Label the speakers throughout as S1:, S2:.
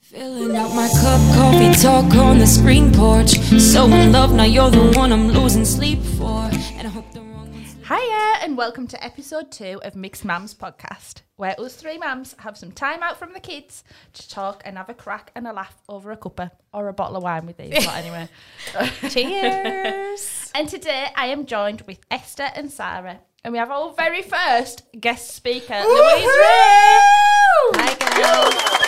S1: Filling up my cup, coffee talk on the screen porch. So in love, now you're the one I'm losing sleep for. And I hope the wrong one's
S2: Hiya, and welcome to episode two of Mixed Mums podcast, where us three mums have some time out from the kids to talk and have a crack and a laugh over a cuppa or a bottle of wine with these. but anyway,
S3: Cheers.
S2: and today I am joined with Esther and Sarah, and we have our very first guest speaker, Louise Ray.
S3: Hi guys.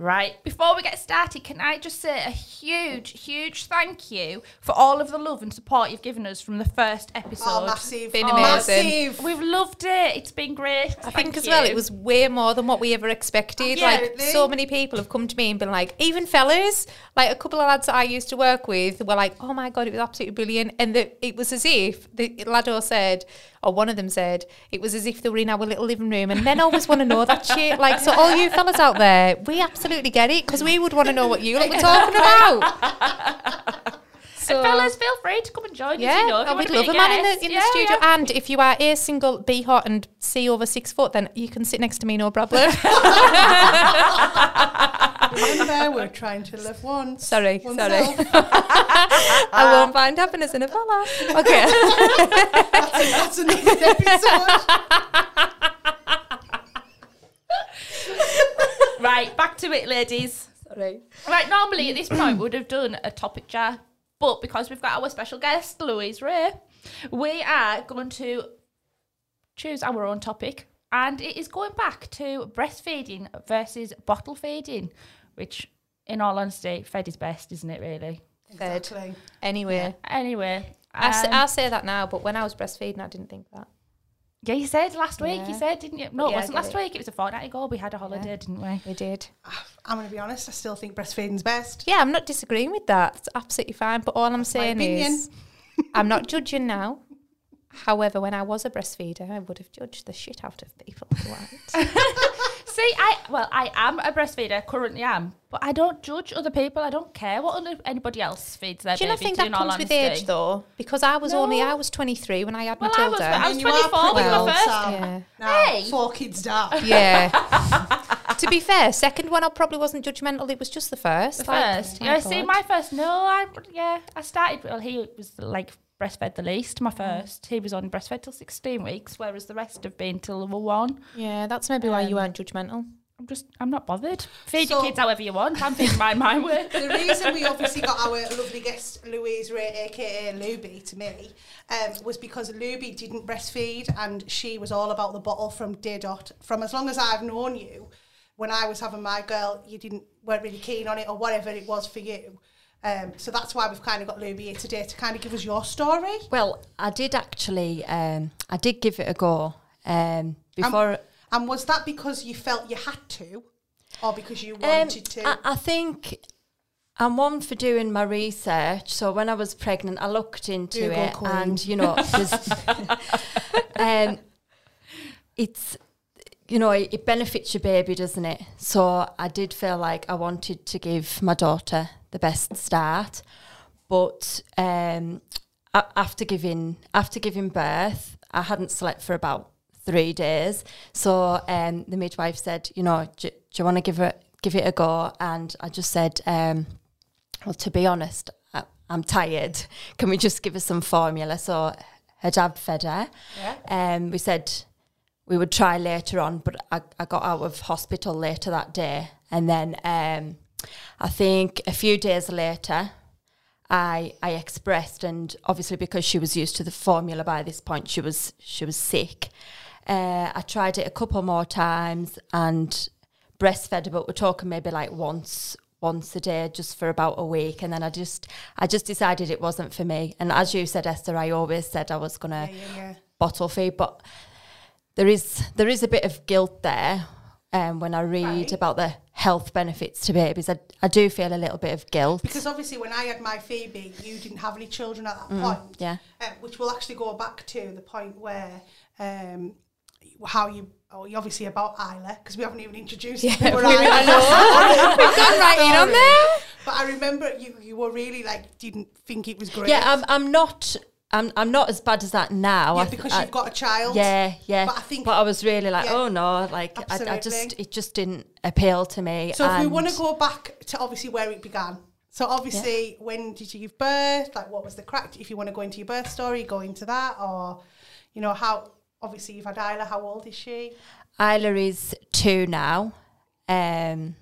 S2: Right, before we get started, can I just say a huge, huge thank you for all of the love and support you've given us from the first episode.
S4: Oh, massive.
S3: Been
S4: Oh,
S3: amazing.
S4: Massive.
S2: We've loved it. It's been great.
S3: I think as well, it was way more than what we ever expected.
S2: Yeah,
S3: like,
S4: really.
S3: so many people have come to me and been like, even fellas, like a couple of lads that I used to work with were like, oh my God, it was absolutely brilliant. And the, it was as if the Lado said, or one of them said, it was as if they were in our little living room. And men always want to know that shit. Like, so all you fellas out there, we absolutely get it because we would want to know what you lot were talking about. So,
S2: Fellas, feel free to come and join us.
S3: Yeah,
S2: You know, if
S3: I
S2: you want
S3: would
S2: to be
S3: love a man in
S2: guest.
S3: the, in
S2: Yeah,
S3: the studio.
S2: yeah.
S3: And if you are A, single, B, hot, and C, over six foot, then you can sit next to me, no problem.
S4: And there we're trying to live once.
S3: Sorry,
S4: oneself.
S3: sorry. I won't find happiness in a fella. Okay.
S4: That's another episode.
S2: Right, back to it, ladies.
S3: Sorry.
S2: Right, normally at this point we would have done a topic jar, but because we've got our special guest, Louise Ray, we are going to choose our own topic, and it is going back to breastfeeding versus bottle feeding, which, in all honesty, fed is best, isn't it? Really.
S4: Exactly.
S3: Anyway,
S2: Anyway,
S3: I s-
S2: um,
S3: I'll say that now, but when I was breastfeeding, I didn't think that.
S2: yeah, you said last week. You
S3: Yeah.
S2: said, didn't you? No,
S3: Yeah,
S2: it
S3: I
S2: wasn't
S3: get
S2: last
S3: it.
S2: week. It was a fortnight ago. We had a holiday, didn't we?
S3: We did.
S4: Ah, I'm going to be honest, I still think breastfeeding's best.
S3: Yeah, I'm not disagreeing with that. It's absolutely fine. But all I'm saying
S4: opinion.
S3: is, I'm not judging now. However, when I was a breastfeeder, I would have judged the shit out of people. Right.
S2: See, I well, I am a breastfeeder. Currently, am, but I don't judge other people. I don't care what other- anybody else feeds their
S3: Do you
S2: baby.
S3: not think
S2: to,
S3: that
S2: in all
S3: comes with
S2: honesty.
S3: age, though? Because I was only
S2: No.
S3: I was 23 when I had
S2: Well, I was,
S3: Matilda.
S2: I was
S4: And you are
S2: 24 with
S4: pretty
S2: my
S3: Well,
S2: first.
S4: so-
S3: yeah.
S4: Now,
S2: Hey.
S4: four kids dark.
S3: Yeah. to be fair, second one I probably wasn't judgmental. It was just the first. like,
S2: First,
S3: my
S2: yeah. See,
S3: God.
S2: my first. No, I yeah. I started. Well, he was like breastfed the least.
S3: Mm.
S2: My first, he was on breastfed till 16 weeks, whereas the rest have been till level one.
S3: yeah, that's maybe
S2: Um,
S3: why you weren't judgmental.
S2: I'm just, I'm not bothered. Feed your
S4: So-
S2: kids however you want. I'm feeding mine my way.
S4: the reason we obviously got our lovely guest Louise Ray, aka Luby, to me, um, was because Luby didn't breastfeed and she was all about the bottle from day dot. From as long as I've known you, when I was having my girl, you didn't weren't really keen on it or whatever it was for you. Um, so that's why we've kind of got Luby here today to kind of give us your story.
S5: Well, I did actually. Um, I did give it a go um, before.
S4: And was that because you felt you had to, or because you
S5: Um,
S4: wanted to?
S5: I, I think I'm one for doing my research. So when I was pregnant, I looked into
S4: Google
S5: it,
S4: queen.
S5: and you know, there's, um, it's you know, it, it benefits your baby, doesn't it? So I did feel like I wanted to give my daughter the best start, but um, a- after giving after giving birth, I hadn't slept for about three days. So um, the midwife said, you know, do, do you want to give it give it a go? And I just said, um, well, to be honest, I, I'm tired. Can we just give her some formula? So her dad fed her. Um, we said we would try later on, but I, I got out of hospital later that day. And then um, I think a few days later, I I expressed, and obviously because she was used to the formula by this point, she was she was sick. Uh, I tried it a couple more times and breastfed her, but we're talking maybe like once once a day, just for about a week, and then I just I just decided it wasn't for me. And as you said, Esther, I always said I was gonna
S4: yeah, yeah.
S5: bottle feed, but there is there is a bit of guilt there um, when I read
S2: Right.
S5: about the health benefits to babies. I, I do feel a little bit of guilt.
S4: Because obviously, when I had my Phoebe, you didn't have any children at that point.
S5: Mm, yeah.
S4: Uh, which will actually go back to the point where um, how you, oh, you obviously about Isla, because we haven't even introduced yeah, her.
S3: We've gone right in on there.
S4: But I remember you, you were really like, didn't think it was great.
S5: Yeah, I'm, I'm not I'm I'm not as bad as that
S4: yeah,
S5: now. um, oh, I th-
S4: because
S5: I-
S4: you've got a child.
S5: Yeah, yeah.
S4: But I think-
S5: was really like,
S4: yeah,
S5: oh no, like I, I just
S4: absolutely.
S5: it just didn't appeal to me.
S4: So if we
S5: and
S4: want to go back to obviously where it began. So obviously, when did you give birth? Like, what was the crack? If you want to go into your birth story, go into that, or you know how. Obviously, you've had Isla. How old is she?
S5: Isla is two now. Um,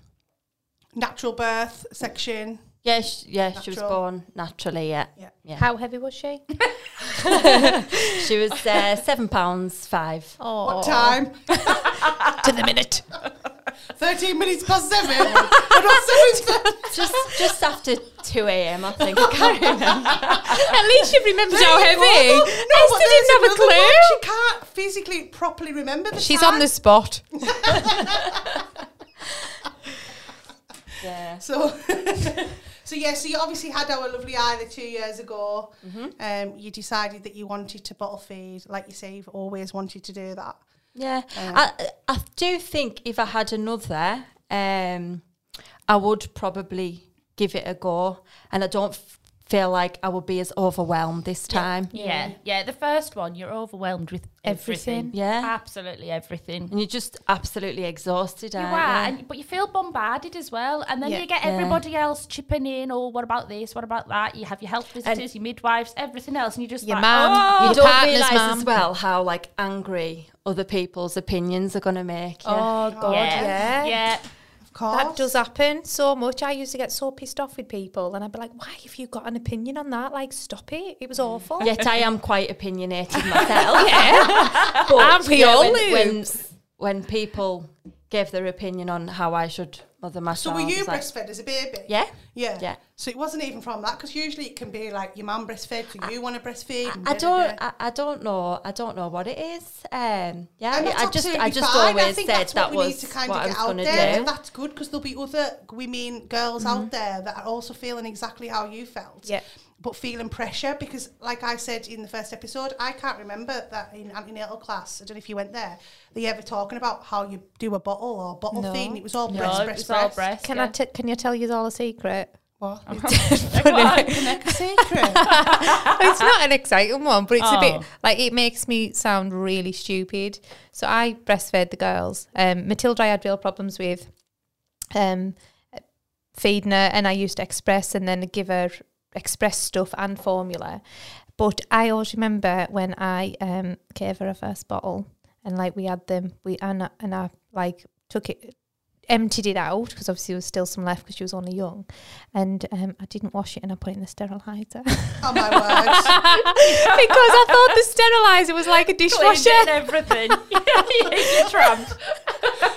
S4: Natural birth section.
S5: yeah, sh- yeah, she was
S4: Natural.
S5: born naturally. Yeah,
S4: Yeah.
S3: How heavy was she?
S5: she was uh, seven pounds five.
S3: Oh,
S4: What time?
S3: to the minute.
S4: Thirteen minutes past seven. I don't seven.
S5: Just just after two a.m. I think. I can't remember.
S3: At least she remembers how heavy.
S4: No, but
S3: Esther
S4: there's
S3: didn't have a
S4: another one.
S3: clue.
S4: She can't physically properly remember the
S3: She's
S4: time.
S3: on the spot.
S5: Yeah.
S4: So, so yeah, so you obviously had our lovely Isla two years ago.
S5: Mm-hmm.
S4: Um, you decided that you wanted to bottle feed, like you say, you've always wanted to do that.
S5: Yeah, I I do think if I had another, um, I would probably give it a go, and I don't f- feel like I would be as overwhelmed this time.
S2: Yeah, yeah. The first one, you're overwhelmed with everything.
S3: Everything.
S5: Yeah.
S2: absolutely everything.
S5: And you're just absolutely exhausted,
S2: You
S5: aren't
S2: are, and, but you feel bombarded as well, and then
S3: Yeah.
S2: you get
S5: Yeah.
S2: everybody else chipping in. Oh, what about this? What about that? You have your health visitors, your midwives, everything else, and you just
S3: Your
S2: like,
S3: mum,
S2: oh,
S5: you
S3: your
S5: don't
S3: partner's
S5: realise
S3: mum.
S5: as well how like angry other people's opinions are going to make you.
S3: Oh God,
S2: yeah, yeah.
S4: Of course.
S3: That does happen so much. I used to get so pissed off with people, and I'd be like, "Why have you got an opinion on that? Like, stop it! It was awful."
S5: Yet I am quite opinionated myself. but,
S3: Aren't we all
S5: when, when
S3: loops?
S5: when people gave their opinion on how I should mother my
S4: So
S5: child,
S4: were
S5: I
S4: you
S5: was like,
S4: breastfed as a baby?
S5: Yeah.
S4: Yeah.
S5: Yeah.
S4: So it wasn't even from that because usually it can be like your mum breastfed, so you want to breastfeed. and
S5: I
S4: da-da-da.
S5: don't. I, I don't know. I don't know what it is. Um, yeah,
S4: And
S5: I,
S4: that's
S5: I just. I
S4: absolutely
S5: just
S4: fine.
S5: always
S4: I think
S5: said
S4: that's
S5: that
S4: what we
S5: was
S4: need to kind
S5: what
S4: of
S5: I
S4: get
S5: was
S4: out
S5: going to
S4: there.
S5: do. Mm-hmm.
S4: And that's good because there'll be other women, girls out there that are also feeling exactly how you felt.
S3: Yeah.
S4: But feeling pressure because, like I said in the first episode, I can't remember that in antenatal class. I don't know if you went there. They ever talking about how you do a bottle or bottle
S3: No.
S4: thing. It was all
S2: No,
S4: breast,
S2: it
S4: breast,
S2: was Oh, all
S4: breast.
S2: breast.
S3: Can I?
S2: yeah.
S3: T- can you tell you all a secret?
S4: What?
S3: it's not an exciting one, but it's a
S2: Oh.
S3: bit like it makes me sound really stupid. So I breastfed the girls. Um, Matilda, I had real problems with um, feeding her, and I used express and then give her express stuff and formula. But I always remember when I um, gave her a first bottle, and like we had them, we and I- and I like took it. Emptied it out because obviously there was still some left because she was only young, and um, I didn't wash it and I put it in the sterilizer.
S4: oh my word!
S3: because I thought the sterilizer was like a
S2: Cleaned
S3: dishwasher.
S2: it and everything. yeah, you tramp.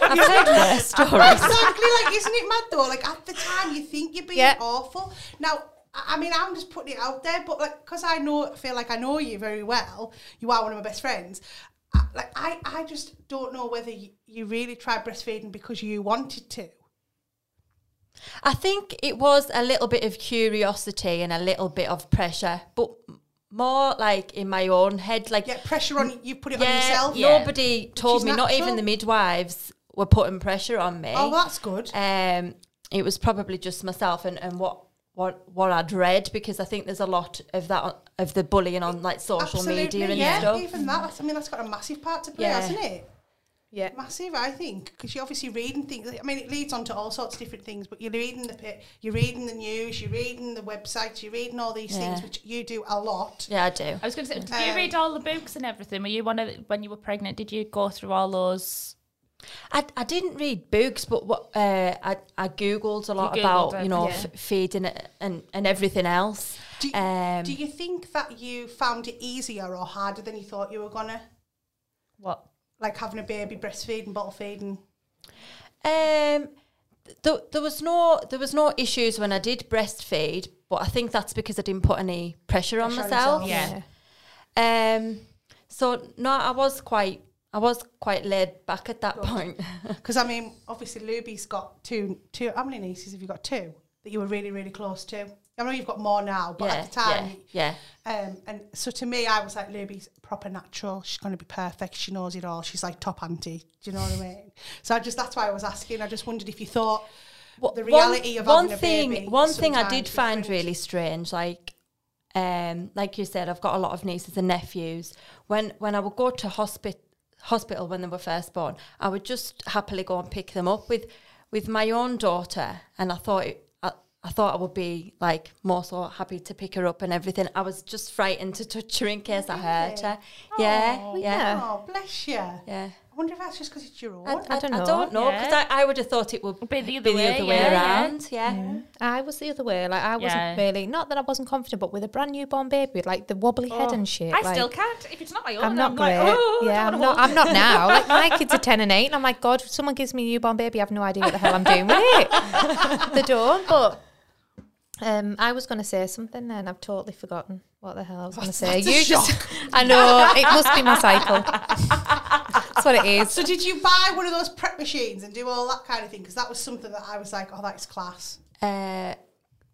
S5: I've heard worse stories.
S4: exactly. Like, isn't it mad though? Like at the time, you think you're being
S3: Yeah.
S4: awful. Now, I I mean, I'm just putting it out there, but like, because I know, feel like I know you very well. You are one of my best friends. I, like, I, I just don't know whether you, you really tried breastfeeding because you wanted to.
S5: I think it was a little bit of curiosity and a little bit of pressure, but m- more like in my own head, like
S4: Get pressure on you. Put it on
S5: yeah,
S4: yourself.
S5: nobody
S4: is
S5: told me, not even
S4: natural.
S5: the midwives were putting pressure on me.
S4: Oh, that's good.
S5: um, it was probably just myself and, and what what what I'd read because I think there's a lot of that on- of the bullying on like social
S4: Absolutely.
S5: media and
S4: yeah.
S5: stuff.
S4: Even that. that's- I mean, that's got a massive part to play,
S5: Yeah.
S4: hasn't it?
S3: Yeah.
S4: massive, I think, because you're obviously reading things. I mean, it leads on to all sorts of different things, but you're reading the pi- you're reading the news, you're reading the websites, you're reading all these things,
S5: Yeah.
S4: which you do a lot.
S5: Yeah, I do.
S2: I was going to say, did
S4: Um,
S2: you read all the books and everything? Were you one of the, when you were pregnant? Did you go through all those?
S5: I, I didn't read books, but what uh, I I googled a lot
S2: You
S5: about
S2: Googled
S5: you know
S2: it, yeah.
S5: f- feeding it and and everything else.
S4: Do,
S5: Um,
S4: do you think that you found it easier or harder than you thought you were gonna?
S2: What?
S4: Like having a baby, breastfeeding, bottle feeding.
S5: Um, th- there was no there was no issues when I did breastfeed, but I think that's because I didn't put any pressure on
S4: Pressure on
S5: myself.
S4: yourself.
S2: Yeah.
S5: Um, so no, I was quite I was quite laid back at that point.
S4: Because I mean, obviously, Luby's got two two. How many nieces have you got? Two that you were really really close to. I know you've got more now, but
S5: yeah,
S4: at the time,
S5: yeah, yeah.
S4: Um, and so to me, I was like, Luby's proper natural. She's going to be perfect. She knows it all. She's like top auntie. Do you know what I mean? So I just that's why I was asking. I just wondered if you thought
S5: Wha-
S4: the reality of
S5: one
S4: having a
S5: thing,
S4: baby
S5: One thing I
S4: sometimes
S5: did find
S4: different.
S5: really strange, like um, like you said, I've got a lot of nieces and nephews. When when I would go to hospital hospital when they were first born, I would just happily go and pick them up with with my own daughter, and I thought. It, I, I thought I would be like more so happy to pick her up and everything. I was just frightened to touch her in case I hurt her. Yeah,
S4: Oh,
S5: yeah,
S4: Oh, bless you. I
S5: yeah.
S4: wonder if that's just because it's your own.
S5: I, I,
S3: don't
S5: I don't know because
S2: Yeah.
S5: I, I would have thought it would
S2: Be the other way, yeah, yeah.
S5: around. Yeah.
S3: I was the other way. Like I wasn't
S2: Yeah.
S3: really not that I wasn't confident, but with a brand newborn baby with like the wobbly head and shit.
S2: Oh, I
S3: like,
S2: still can't. If it's not my own,
S3: I'm not
S2: like,
S3: great.
S2: oh, I
S3: yeah,
S2: don't
S3: I'm
S2: wanna
S3: not. I'm not now. Like my kids are ten and eight, and I'm like, God, if someone gives me a newborn baby, I have no idea what the hell I'm doing with it. they don't. But um, I was going to say something, then I've totally forgotten what the hell I was going to say.
S4: that's a
S3: just, I know it must be my cycle. That's what it is.
S4: So did you buy one of those prep machines and do all that kind of thing? Because that was something that I was like, oh, that's class.
S5: Uh,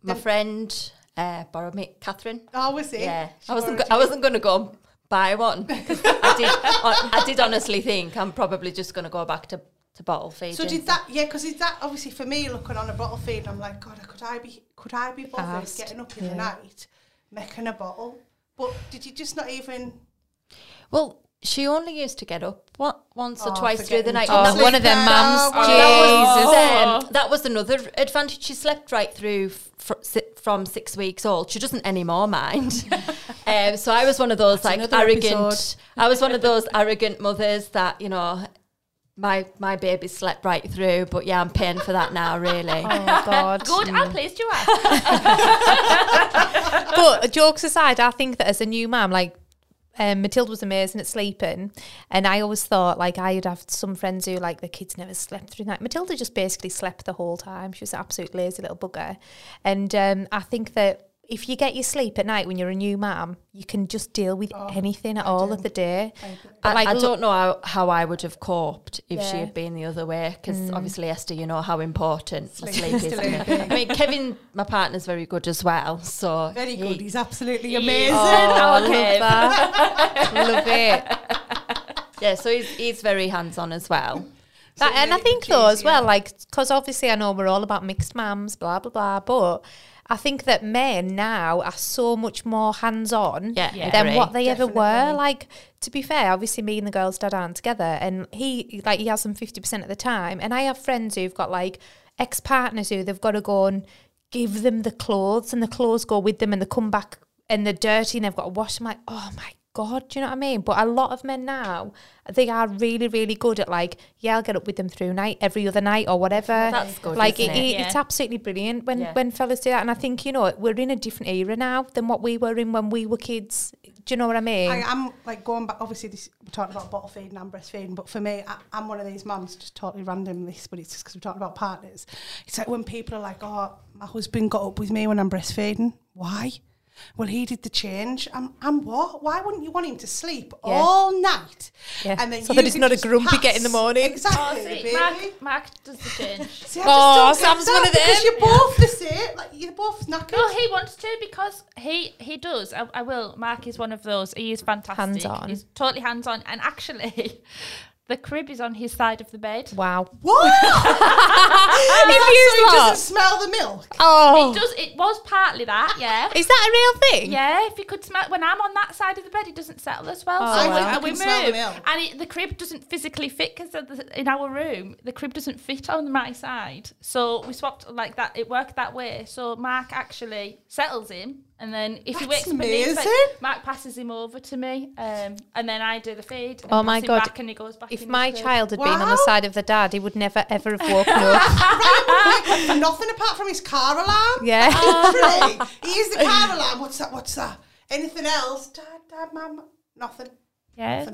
S5: my friend uh, borrowed me Catherine.
S4: Oh, was it?
S5: Yeah,
S4: She
S5: I wasn't.
S4: borrowed
S5: Go- I wasn't going to go and buy one. 'cause I did. hon- I did honestly think I'm probably just going to go back to to bottle feeding.
S4: So did that? Yeah, because is that obviously for me looking on a bottle feed? I'm like, God, could I be? Could I be bothered
S3: Asked,
S4: getting up in
S3: yeah.
S4: the night, making a bottle? But did you just not even?
S5: Well, she only used to get up wa- once or
S4: Oh,
S5: twice through the
S4: forgetting
S5: night.
S4: to
S5: and
S3: Oh,
S5: that
S4: sleep
S5: was-
S3: one of them
S4: there,
S3: mums.
S4: one of
S5: that
S3: Jesus.
S5: was, um,
S2: Oh.
S5: that was another advantage. She slept right through f- fr- si- from six weeks old. She doesn't anymore, mind. um, so I was one of those like
S3: another
S5: arrogant.
S3: episode.
S5: I was one of those arrogant mothers that you know. My my baby slept right through, but yeah, I'm paying for that now. Really,
S3: Oh God.
S2: Good, I'm pleased you are.
S3: but jokes aside, I think that as a new mum, like um, Matilda was amazing at sleeping, and I always thought like I'd have some friends who like the kids never slept through the night. Matilda just basically slept the whole time. She was an absolute lazy little bugger, and um, I think that. If you get your sleep at night when you're a new mum, you can just deal with anything at all of the day.
S5: Oh, I,
S3: But like,
S5: I
S3: look-
S5: don't know how, how I would have coped if she
S3: Yeah.
S5: had been the other way because obviously Esther, you know how important sleep, Mm. sleep is.
S4: Still
S5: isn't it?
S4: sleeping.
S5: I mean, Kevin, my partner's very good as well, so
S4: Very
S5: he-
S4: good. He's absolutely amazing.
S3: oh, I love that. love it.
S5: yeah, so he's he's very hands on as well.
S3: That, and I
S4: really
S3: think though as
S4: confused,
S3: well, like because obviously I know we're all about mixed mums, blah blah blah, but I think that men now are so much more hands on
S5: Yeah, Yeah.
S3: than
S5: agree.
S3: what they ever were. Like to be fair, obviously me and the girls' dad aren't together, and he like he has them fifty percent of the time, and I have friends who've got like ex partners who they've got to go and give them the clothes, and the clothes go with them, and they come back and they're dirty, and they've got to wash them. Like oh my God, do you know what I mean? But a lot of men now, they are really, really good at like, yeah, I'll get up with them through night, every other night or whatever.
S5: That's good,
S3: Like
S5: isn't it?
S3: it's
S2: Yeah.
S3: absolutely brilliant when
S5: Yeah.
S3: when fellas do that. And I think you know we're in a different era now than what we were in when we were kids. Do you know what I mean?
S4: I, I'm like going back. Obviously, this, we're talking about bottle feeding and breastfeeding, but for me, I, I'm one of these mums, just totally random this, but it's just because we're talking about partners. It's like when people are like, "Oh, my husband got up with me when I'm breastfeeding. Why?" Well, he did the change. I'm, I'm what? Why wouldn't you want him to sleep
S3: Yeah.
S4: all night?
S3: Yeah. So
S4: you
S3: that he's
S4: can
S3: not a
S4: just
S3: grumpy get in the
S4: pass.
S3: morning.
S4: Exactly,
S2: Oh, See,
S4: baby.
S2: Mark, Mark does the change.
S4: See, I just
S3: Oh,
S4: don't get
S3: Sam's
S4: that
S3: one of
S4: Because
S3: them.
S4: you're both the same. Like you're both knackered.
S2: No, he wants to because he he does. I, I will. Mark is one of those. He is fantastic.
S3: Hands-on.
S2: He's totally hands on. And actually, the crib is on his side of the bed.
S3: wow.
S4: what?
S3: If
S4: so he
S3: you lot-
S4: doesn't smell the milk.
S3: oh,
S2: It does. It was partly that. Yeah.
S3: is that a real thing?
S2: Yeah, if you could smell when I'm on that side of the bed, it doesn't settle as well.
S3: Oh,
S2: so
S3: I
S4: can
S2: we, we
S4: smell the
S2: move,
S4: milk.
S2: and it, the crib doesn't physically fit because in our room the crib doesn't fit on my side. So we swapped like that. It worked that way. So Mark actually settles him, and then if he
S4: That's
S2: wakes up, in the evening,
S4: amazing.
S2: Mark passes him over to me, um, and then I do the feed. And
S3: Oh my
S2: pass him
S3: God.
S2: Back and he goes back.
S3: If
S2: in
S3: my
S2: his crib.
S3: child had been on
S4: Wow.
S3: the side of the dad, he would never ever have woken up.
S4: For nothing apart from his car alarm.
S3: Yeah.
S4: Uh, Literally, he is the car alarm. What's that? What's that? Anything else? Dad, dad, mum, nothing.
S2: yeah.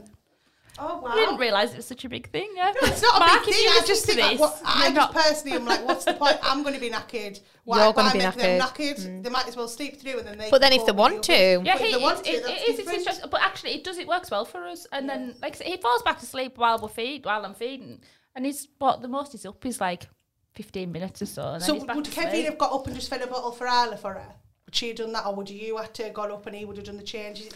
S4: Oh wow.
S2: I didn't realise it was such a big thing. Yeah,
S4: it's not a
S2: Mark,
S4: big
S2: if
S4: thing.
S2: you
S4: I
S2: listen
S4: just
S2: to
S4: think, like,
S2: this,
S4: what, I
S2: you're not-
S4: just personally am like, what's the point? I'm going to be knackered. Why,
S3: You're gonna
S4: why
S3: be
S4: make them
S3: knackered. Mm.
S4: knackered? They might as well sleep through and then they.
S3: But then
S4: can
S3: if they
S4: cope
S3: want
S4: with the other-
S3: to,
S2: Yeah,
S4: But
S2: he,
S4: if they want
S2: it,
S4: to,
S2: it,
S4: that's
S2: it is. It's
S4: different.
S2: interesting, but actually, it does. It works well for us. And then, like I say, he falls back asleep while we're feed, while I'm feeding, and he's what the most he's up is like fifteen minutes or so. And
S4: So
S2: then he's back
S4: would Kevin
S2: asleep.
S4: have got up and just fed a bottle for Isla for her? Would she have done that, or would you have to have gone up and he would have done the changes?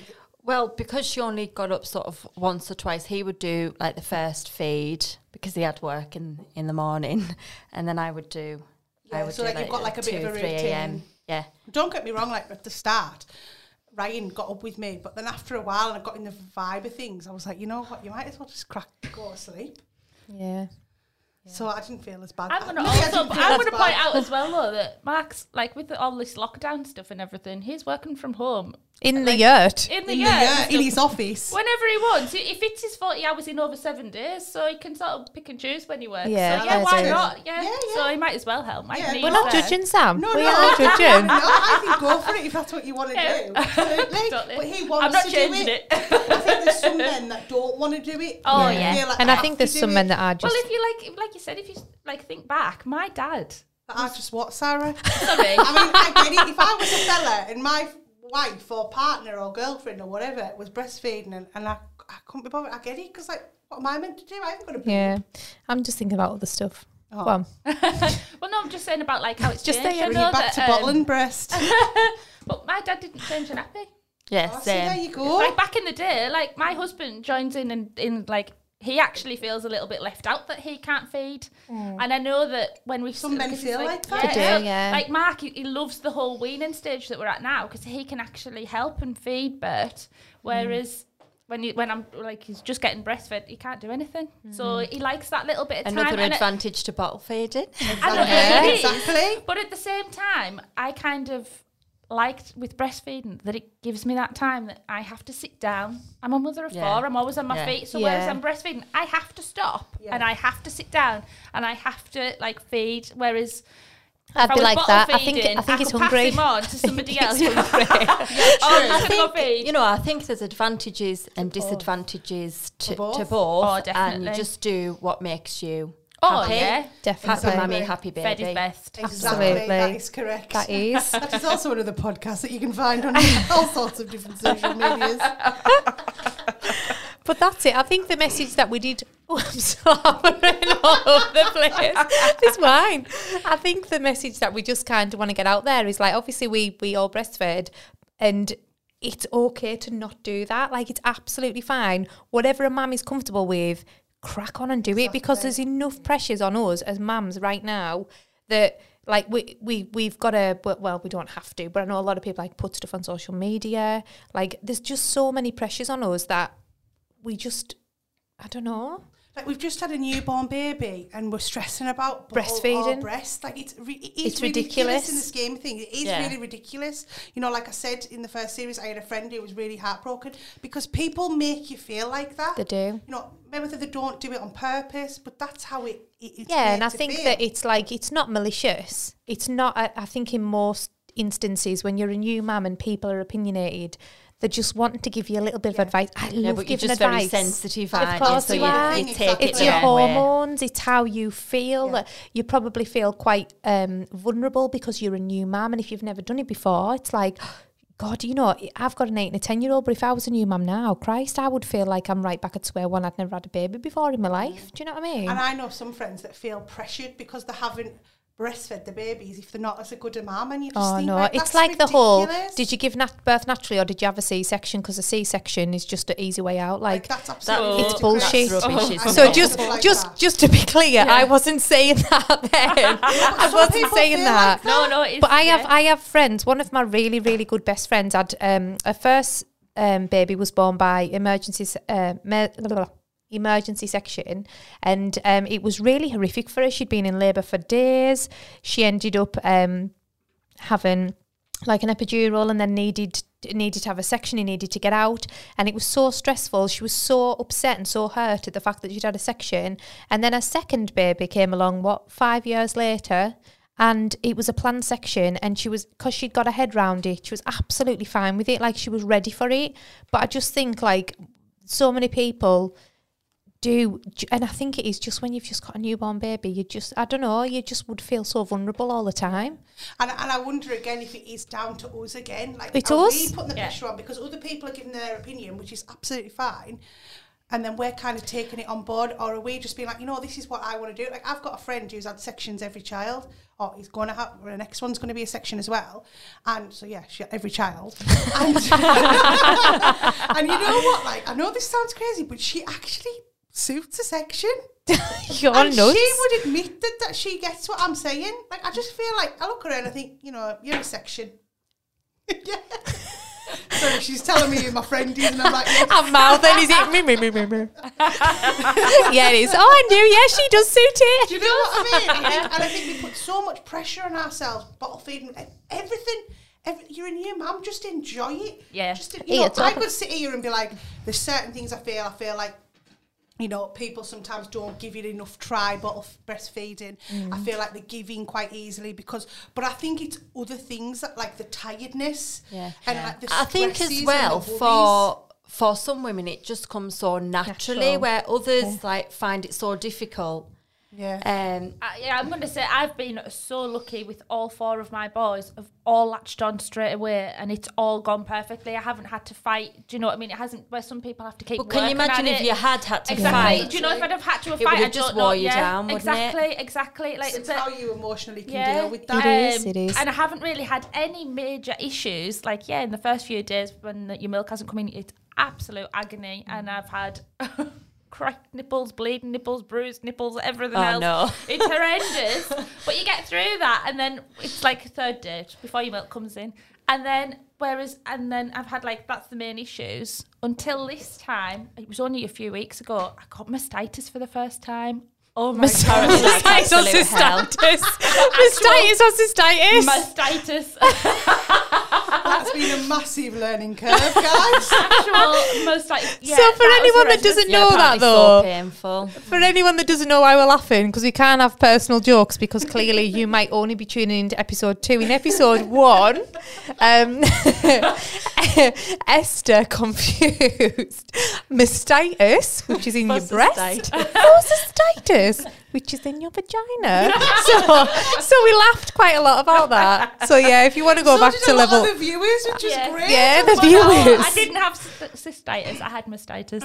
S5: Well, because she only got up sort of once or twice, he would do like the first feed because he had work in in the morning, and then I would do. I
S4: Yeah,
S5: would
S4: so
S5: do
S4: like you've got, like, a bit of a
S5: 2, 3 a.m.
S4: routine.
S5: Yeah,
S4: Don't get me wrong, like at the start, Ryan got up with me, but then after a while, and I got in the vibe of things, I was like, you know what, you might as well just crack go to sleep.
S3: Yeah.
S4: So I didn't feel as bad.
S2: I'm gonna
S4: Maybe I
S2: also,
S4: didn't feel
S2: I'm
S4: as
S2: gonna
S4: bad.
S2: point out as well though that Max, like with all this lockdown stuff and everything, he's working from home
S3: In the yurt.
S2: in the
S4: in,
S2: year.
S4: the,
S2: and
S4: uh, in
S2: stuff.
S4: his office.
S2: Whenever he wants, he he fits his forty hours in over seven days, so he can sort of pick and choose when he works.
S3: Yeah,
S2: Yeah, so, yeah,
S3: that's
S2: why
S3: true.
S2: not? Yeah.
S4: Yeah,
S2: so
S4: yeah.
S2: he might as well help. Mike.
S4: Yeah,
S2: He's
S4: we're
S3: We're not
S2: there.
S3: judging Sam.
S4: No,
S3: we
S4: no,
S3: are
S4: no,
S3: judging.
S4: No, I think go for it if that's what you want to
S2: Yeah.
S4: do. Absolutely.
S2: Totally.
S4: But he wants
S2: I'm not
S4: to
S2: changing
S4: do
S2: it.
S4: I think there's some men that don't want to do it.
S2: Oh,
S4: They
S2: yeah.
S4: feel like
S3: and
S4: they
S3: I
S4: have
S3: think
S4: to
S3: there's
S4: do
S3: some
S4: it.
S3: men that are just.
S2: Well, if you like, like you said, if you like think back, my dad.
S4: But I just what, Sarah?
S2: Sorry.
S4: I mean, I get it. If I was a fella and my wife or partner or girlfriend or whatever was breastfeeding and, and I, I couldn't be bothered, I get it because, like, what am I meant to do? I haven't got a baby.
S3: yeah. I'm just thinking about other stuff.
S4: Oh.
S3: Go on.
S2: well, no, I'm just saying about like how it's
S3: Just
S2: changed.
S3: say
S2: I
S3: it.
S2: know
S4: Bring it back to
S2: that, um,
S4: bottling breast.
S2: But my dad didn't change an nappy.
S5: Yeah,
S4: Oh, see, there
S5: same.
S4: you go.
S2: Like back in the day, like my husband joins in and in like he actually feels a little bit left out that he can't feed. And I know that when we
S4: Some men
S2: because it's
S4: feel like that.
S3: They do, yeah.
S2: Like Mark, he, he loves the whole weaning stage that we're at now because he can actually help and feed Bert, whereas. When you, when I'm like he's just getting breastfed, he can't do anything. So he likes that little bit of time.
S5: Another
S2: and it-
S5: advantage to bottle feeding.
S2: I know,
S3: Yeah.
S2: it is.
S4: Exactly.
S2: But at the same time, I kind of liked with breastfeeding that it gives me that time that I have to sit down. I'm a mother of
S5: Yeah.
S2: four. I'm always on my
S5: Yeah.
S2: feet. So
S3: Yeah.
S2: whereas I'm breastfeeding, I have to stop
S4: Yeah.
S2: and I have to sit down and I have to like feed. Whereas if
S3: I'd be
S2: was
S3: like
S2: bottle
S3: that. I think
S2: feeding,
S3: I think he's
S2: could
S3: hungry.
S2: Pass him on to somebody else.
S3: He's hungry.
S2: oh,
S5: I
S2: I'm gonna go
S5: think,
S2: feed.
S5: you know, I think there's advantages and disadvantages to, to both,
S4: both.
S2: Oh,
S5: and
S2: definitely.
S5: you just do what makes you
S2: Oh
S5: happy.
S2: yeah,
S5: Happy
S3: Definitely.
S5: mummy, happy
S2: fed is
S5: baby.
S2: best.
S4: Exactly.
S3: Absolutely.
S4: That is correct.
S3: That is.
S4: That is also another podcast that you can find on all sorts of different social medias.
S3: But that's it. I think the message that we did. Oh, I'm slobbering all over the place. This wine. I think the message that we just kind of want to get out there is like, obviously, we we all breastfed, and it's okay to not do that. Like, it's absolutely fine. Whatever a mum is comfortable with, crack on and do it because there's enough pressures on us as mums right now that like we we we've got to but well we don't have to but I know a lot of people like put stuff on social media like there's just so many pressures on us that we just I don't know.
S4: Like we've just had a newborn baby and we're stressing about bu- or- or
S3: Breastfeeding.
S4: breast. Like it's re- it is ridiculous.
S3: It's ridiculous.
S4: in the scheme of things. It is
S5: Yeah.
S4: really ridiculous. You know, like I said in the first series, I had a friend who was really heartbroken because people make you feel like that.
S3: They do.
S4: You know, maybe they don't do it on purpose, but that's how it. it it's
S3: Yeah, and
S4: made
S3: I
S4: to
S3: think
S4: feel.
S3: that it's like it's not malicious. It's not. I, I think in most instances, when you're a new mum and people are opinionated, they just want to give you a little bit of advice. I
S5: Yeah,
S3: love
S5: but you're
S3: giving
S5: just
S3: advice.
S5: very sensitive,
S3: Of
S5: aren't
S3: course
S5: you?
S3: you
S5: So
S3: are.
S5: you, you take
S4: Exactly.
S5: it
S3: it's
S5: the
S3: your
S5: wrong way.
S3: hormones. It's how you feel.
S4: Yeah.
S3: You probably feel quite um, vulnerable because you're a new mum, and if you've never done it before, it's like. God, you know, I've got an eight and a ten year old, but if I was a new mum now, Christ, I would feel like I'm right back at square one. I'd never had a baby before in my life. Do you know what I mean?
S4: And I know some friends that feel pressured because they haven't breastfed the babies if they're not as a good a mum, and you just
S3: Oh
S4: think,
S3: no,
S4: like,
S3: it's
S4: that's
S3: like the whole.
S4: ridiculous.
S3: Did you give nat- birth naturally, or did you have a C-section? Because a C-section is just an easy way out. Like,
S4: Oh, that's absolutely
S3: it's
S4: ridiculous.
S3: bullshit.
S5: That's rubbish, isn't
S3: so
S5: it?
S3: just,
S4: Like
S3: just,
S4: that.
S3: just to be clear, I wasn't saying that then. I
S4: some
S3: wasn't
S4: people
S3: saying
S4: feel like
S3: that.
S2: No, no, it's
S3: But I have
S2: yeah.
S3: I have friends. One of my really really good best friends had um, a first um, baby was born by emergency s- uh, me- blah, blah, blah, emergency section, and um, it was really horrific for her. She'd been in labour for days. She ended up um, having like an epidural and then needed needed to have a section he needed to get out and it was so stressful she was so upset and so hurt at the fact that she'd had a section and then her second baby came along what five years later and it was a planned section and she was because she'd got her head round it she was absolutely fine with it like she was ready for it but i just think like so many people do j- and i think it is just when you've just got a newborn baby you just i don't know you just would feel so vulnerable all the time
S4: And, and I wonder again if it is down to us again. Like,
S3: It's
S4: are
S3: us.
S4: we putting the
S2: Yeah.
S4: pressure on because other people are giving their opinion, which is absolutely fine. And then we're kind of taking it on board, or are we just being like, you know, this is what I want to do? Like, I've got a friend who's had sections every child, or he's going to have, or the next one's going to be a section as well. And so, yeah, she, every child. And, and you know what? Like, I know this sounds crazy, but she actually suits a section.
S3: you're
S4: and
S3: nuts
S4: she would admit that, that she gets what I'm saying. Like, I just feel like I look at her and I think, you know, you're a section. yeah. So she's telling me who my friend is, and I'm like, yeah,
S5: Oh,
S3: I'm mouthing. Is it me, me, me, me, me? yeah, it is. Oh, I knew. Yeah, she does suit it.
S4: do you know what I mean? I think, and I think we put so much pressure on ourselves, bottle feeding, e- everything. Every, you're in here, mum. Just enjoy it.
S2: Yeah.
S4: Just en-
S5: Eat
S4: you know,
S5: it
S4: I
S5: up.
S4: could sit here and be like, there's certain things I feel. I feel like you know, people sometimes don't give it enough try bottle f- breastfeeding. I
S5: Mm.
S4: feel like they give in quite easily because, but I think it's other things that, like the tiredness.
S5: Yeah.
S4: And like the
S5: I think
S4: stresses
S5: as
S4: and
S5: well
S4: the worries.
S5: for for some women it just comes so naturally
S3: Natural.
S5: where others like find it so difficult.
S4: Yeah.
S5: Um,
S2: I, yeah, I'm going to say I've been so lucky with all four of my boys. Have all latched on straight away, and it's all gone perfectly. I haven't had to fight. Do you know what I mean? It hasn't. Where some people have to keep.
S5: but can you
S2: working at
S5: imagine if
S2: it.
S5: you had had to
S2: Exactly.
S5: fight?
S2: Do you know if I'd have had to have
S5: It would
S2: fight?
S5: have
S2: I
S5: just
S2: don't know.
S5: wore you
S2: Yeah,
S5: down, wouldn't it?
S2: exactly, Exactly. Like
S4: it's
S2: the-
S4: how you emotionally can
S2: yeah,
S4: deal with that.
S3: It is, it is.
S2: Um, And I haven't really had any major issues. Like, yeah, in the first few days when your milk hasn't come in, it's absolute agony.
S3: Mm.
S2: And I've had cracked nipples, bleeding nipples, bruised nipples, everything
S5: Oh,
S2: else.
S5: no.
S2: It's horrendous. but you get through that, and then it's like a third day before your milk comes in. And then, whereas, and then I've had like, that's the main issues. Until this time, it was only a few weeks ago, I got mastitis for the first time. Oh my God.
S3: Mastitis or
S5: absolute hell.
S3: cystitis? Mastitis or cystitis?
S2: Mastitis.
S4: That's been a massive learning curve, guys.
S2: actual most like yeah,
S3: so
S2: that
S3: for
S2: was
S3: anyone that
S2: horrendous.
S3: doesn't
S5: Yeah,
S3: know that
S5: apparently
S3: though,
S5: so painful.
S3: for anyone that doesn't know why we're laughing, because we can't have personal jokes, because clearly you might only be tuning into episode two. In episode one, um, Esther confused mastitis, which is in your breast, fossistitis, which is in your vagina. so, so we laughed quite a lot about that. So yeah, if you want to go
S4: so
S3: back
S4: did
S3: to
S4: a lot
S3: level,
S4: of the viewers, which
S2: Yeah.
S4: is great.
S3: yeah, the
S2: Oh,
S3: viewers.
S2: I didn't have cyst- cystitis. I had mastitis.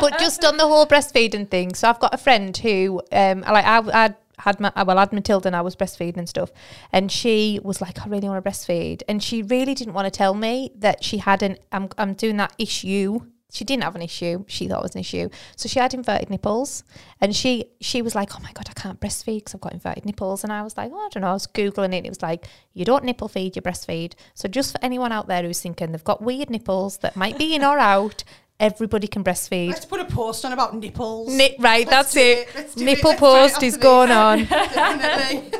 S3: but just on the whole breastfeeding thing. So I've got a friend who, um, like I, I had my, well, I had Matilda and I was breastfeeding and stuff, and she was like, I really want to breastfeed, and she really didn't want to tell me that she had an, I'm, I'm doing that issue. She didn't have an issue. She thought it was an issue, so she had inverted nipples, and she she was like, "Oh my god, I can't breastfeed because I've got inverted nipples." And I was like, "Oh, I don't know." I was googling it. And it was like, "You don't nipple feed, you breastfeed." So just for anyone out there who's thinking they've got weird nipples that might be in or out, everybody can breastfeed.
S4: Let's put a post on about nipples.
S3: Ni- right,
S4: Let's
S3: that's
S4: do
S3: it.
S4: Let's do it.
S3: Nipple
S4: Let's do it
S3: post
S4: after
S3: is
S4: this.
S3: going on.
S4: Definitely.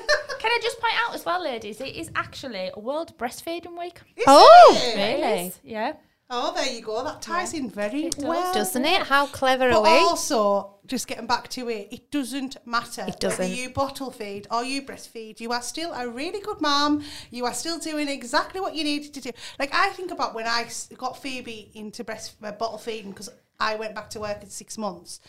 S2: Can I just point out as well, ladies, it is actually World Breastfeeding Week.
S3: oh,
S4: Is it?
S2: It
S5: Really?
S2: is, Yeah.
S4: Oh, there you go. That ties in very
S2: does.
S4: well.
S3: doesn't it? How clever
S4: But
S3: are we?
S4: also, just getting back to it, it doesn't matter
S3: It doesn't.
S4: whether you bottle feed or you breastfeed. You are still a really good mom. You are still doing exactly what you needed to do. Like I think about when I s- got Phoebe into breast uh, bottle feeding because I went back to work at six months.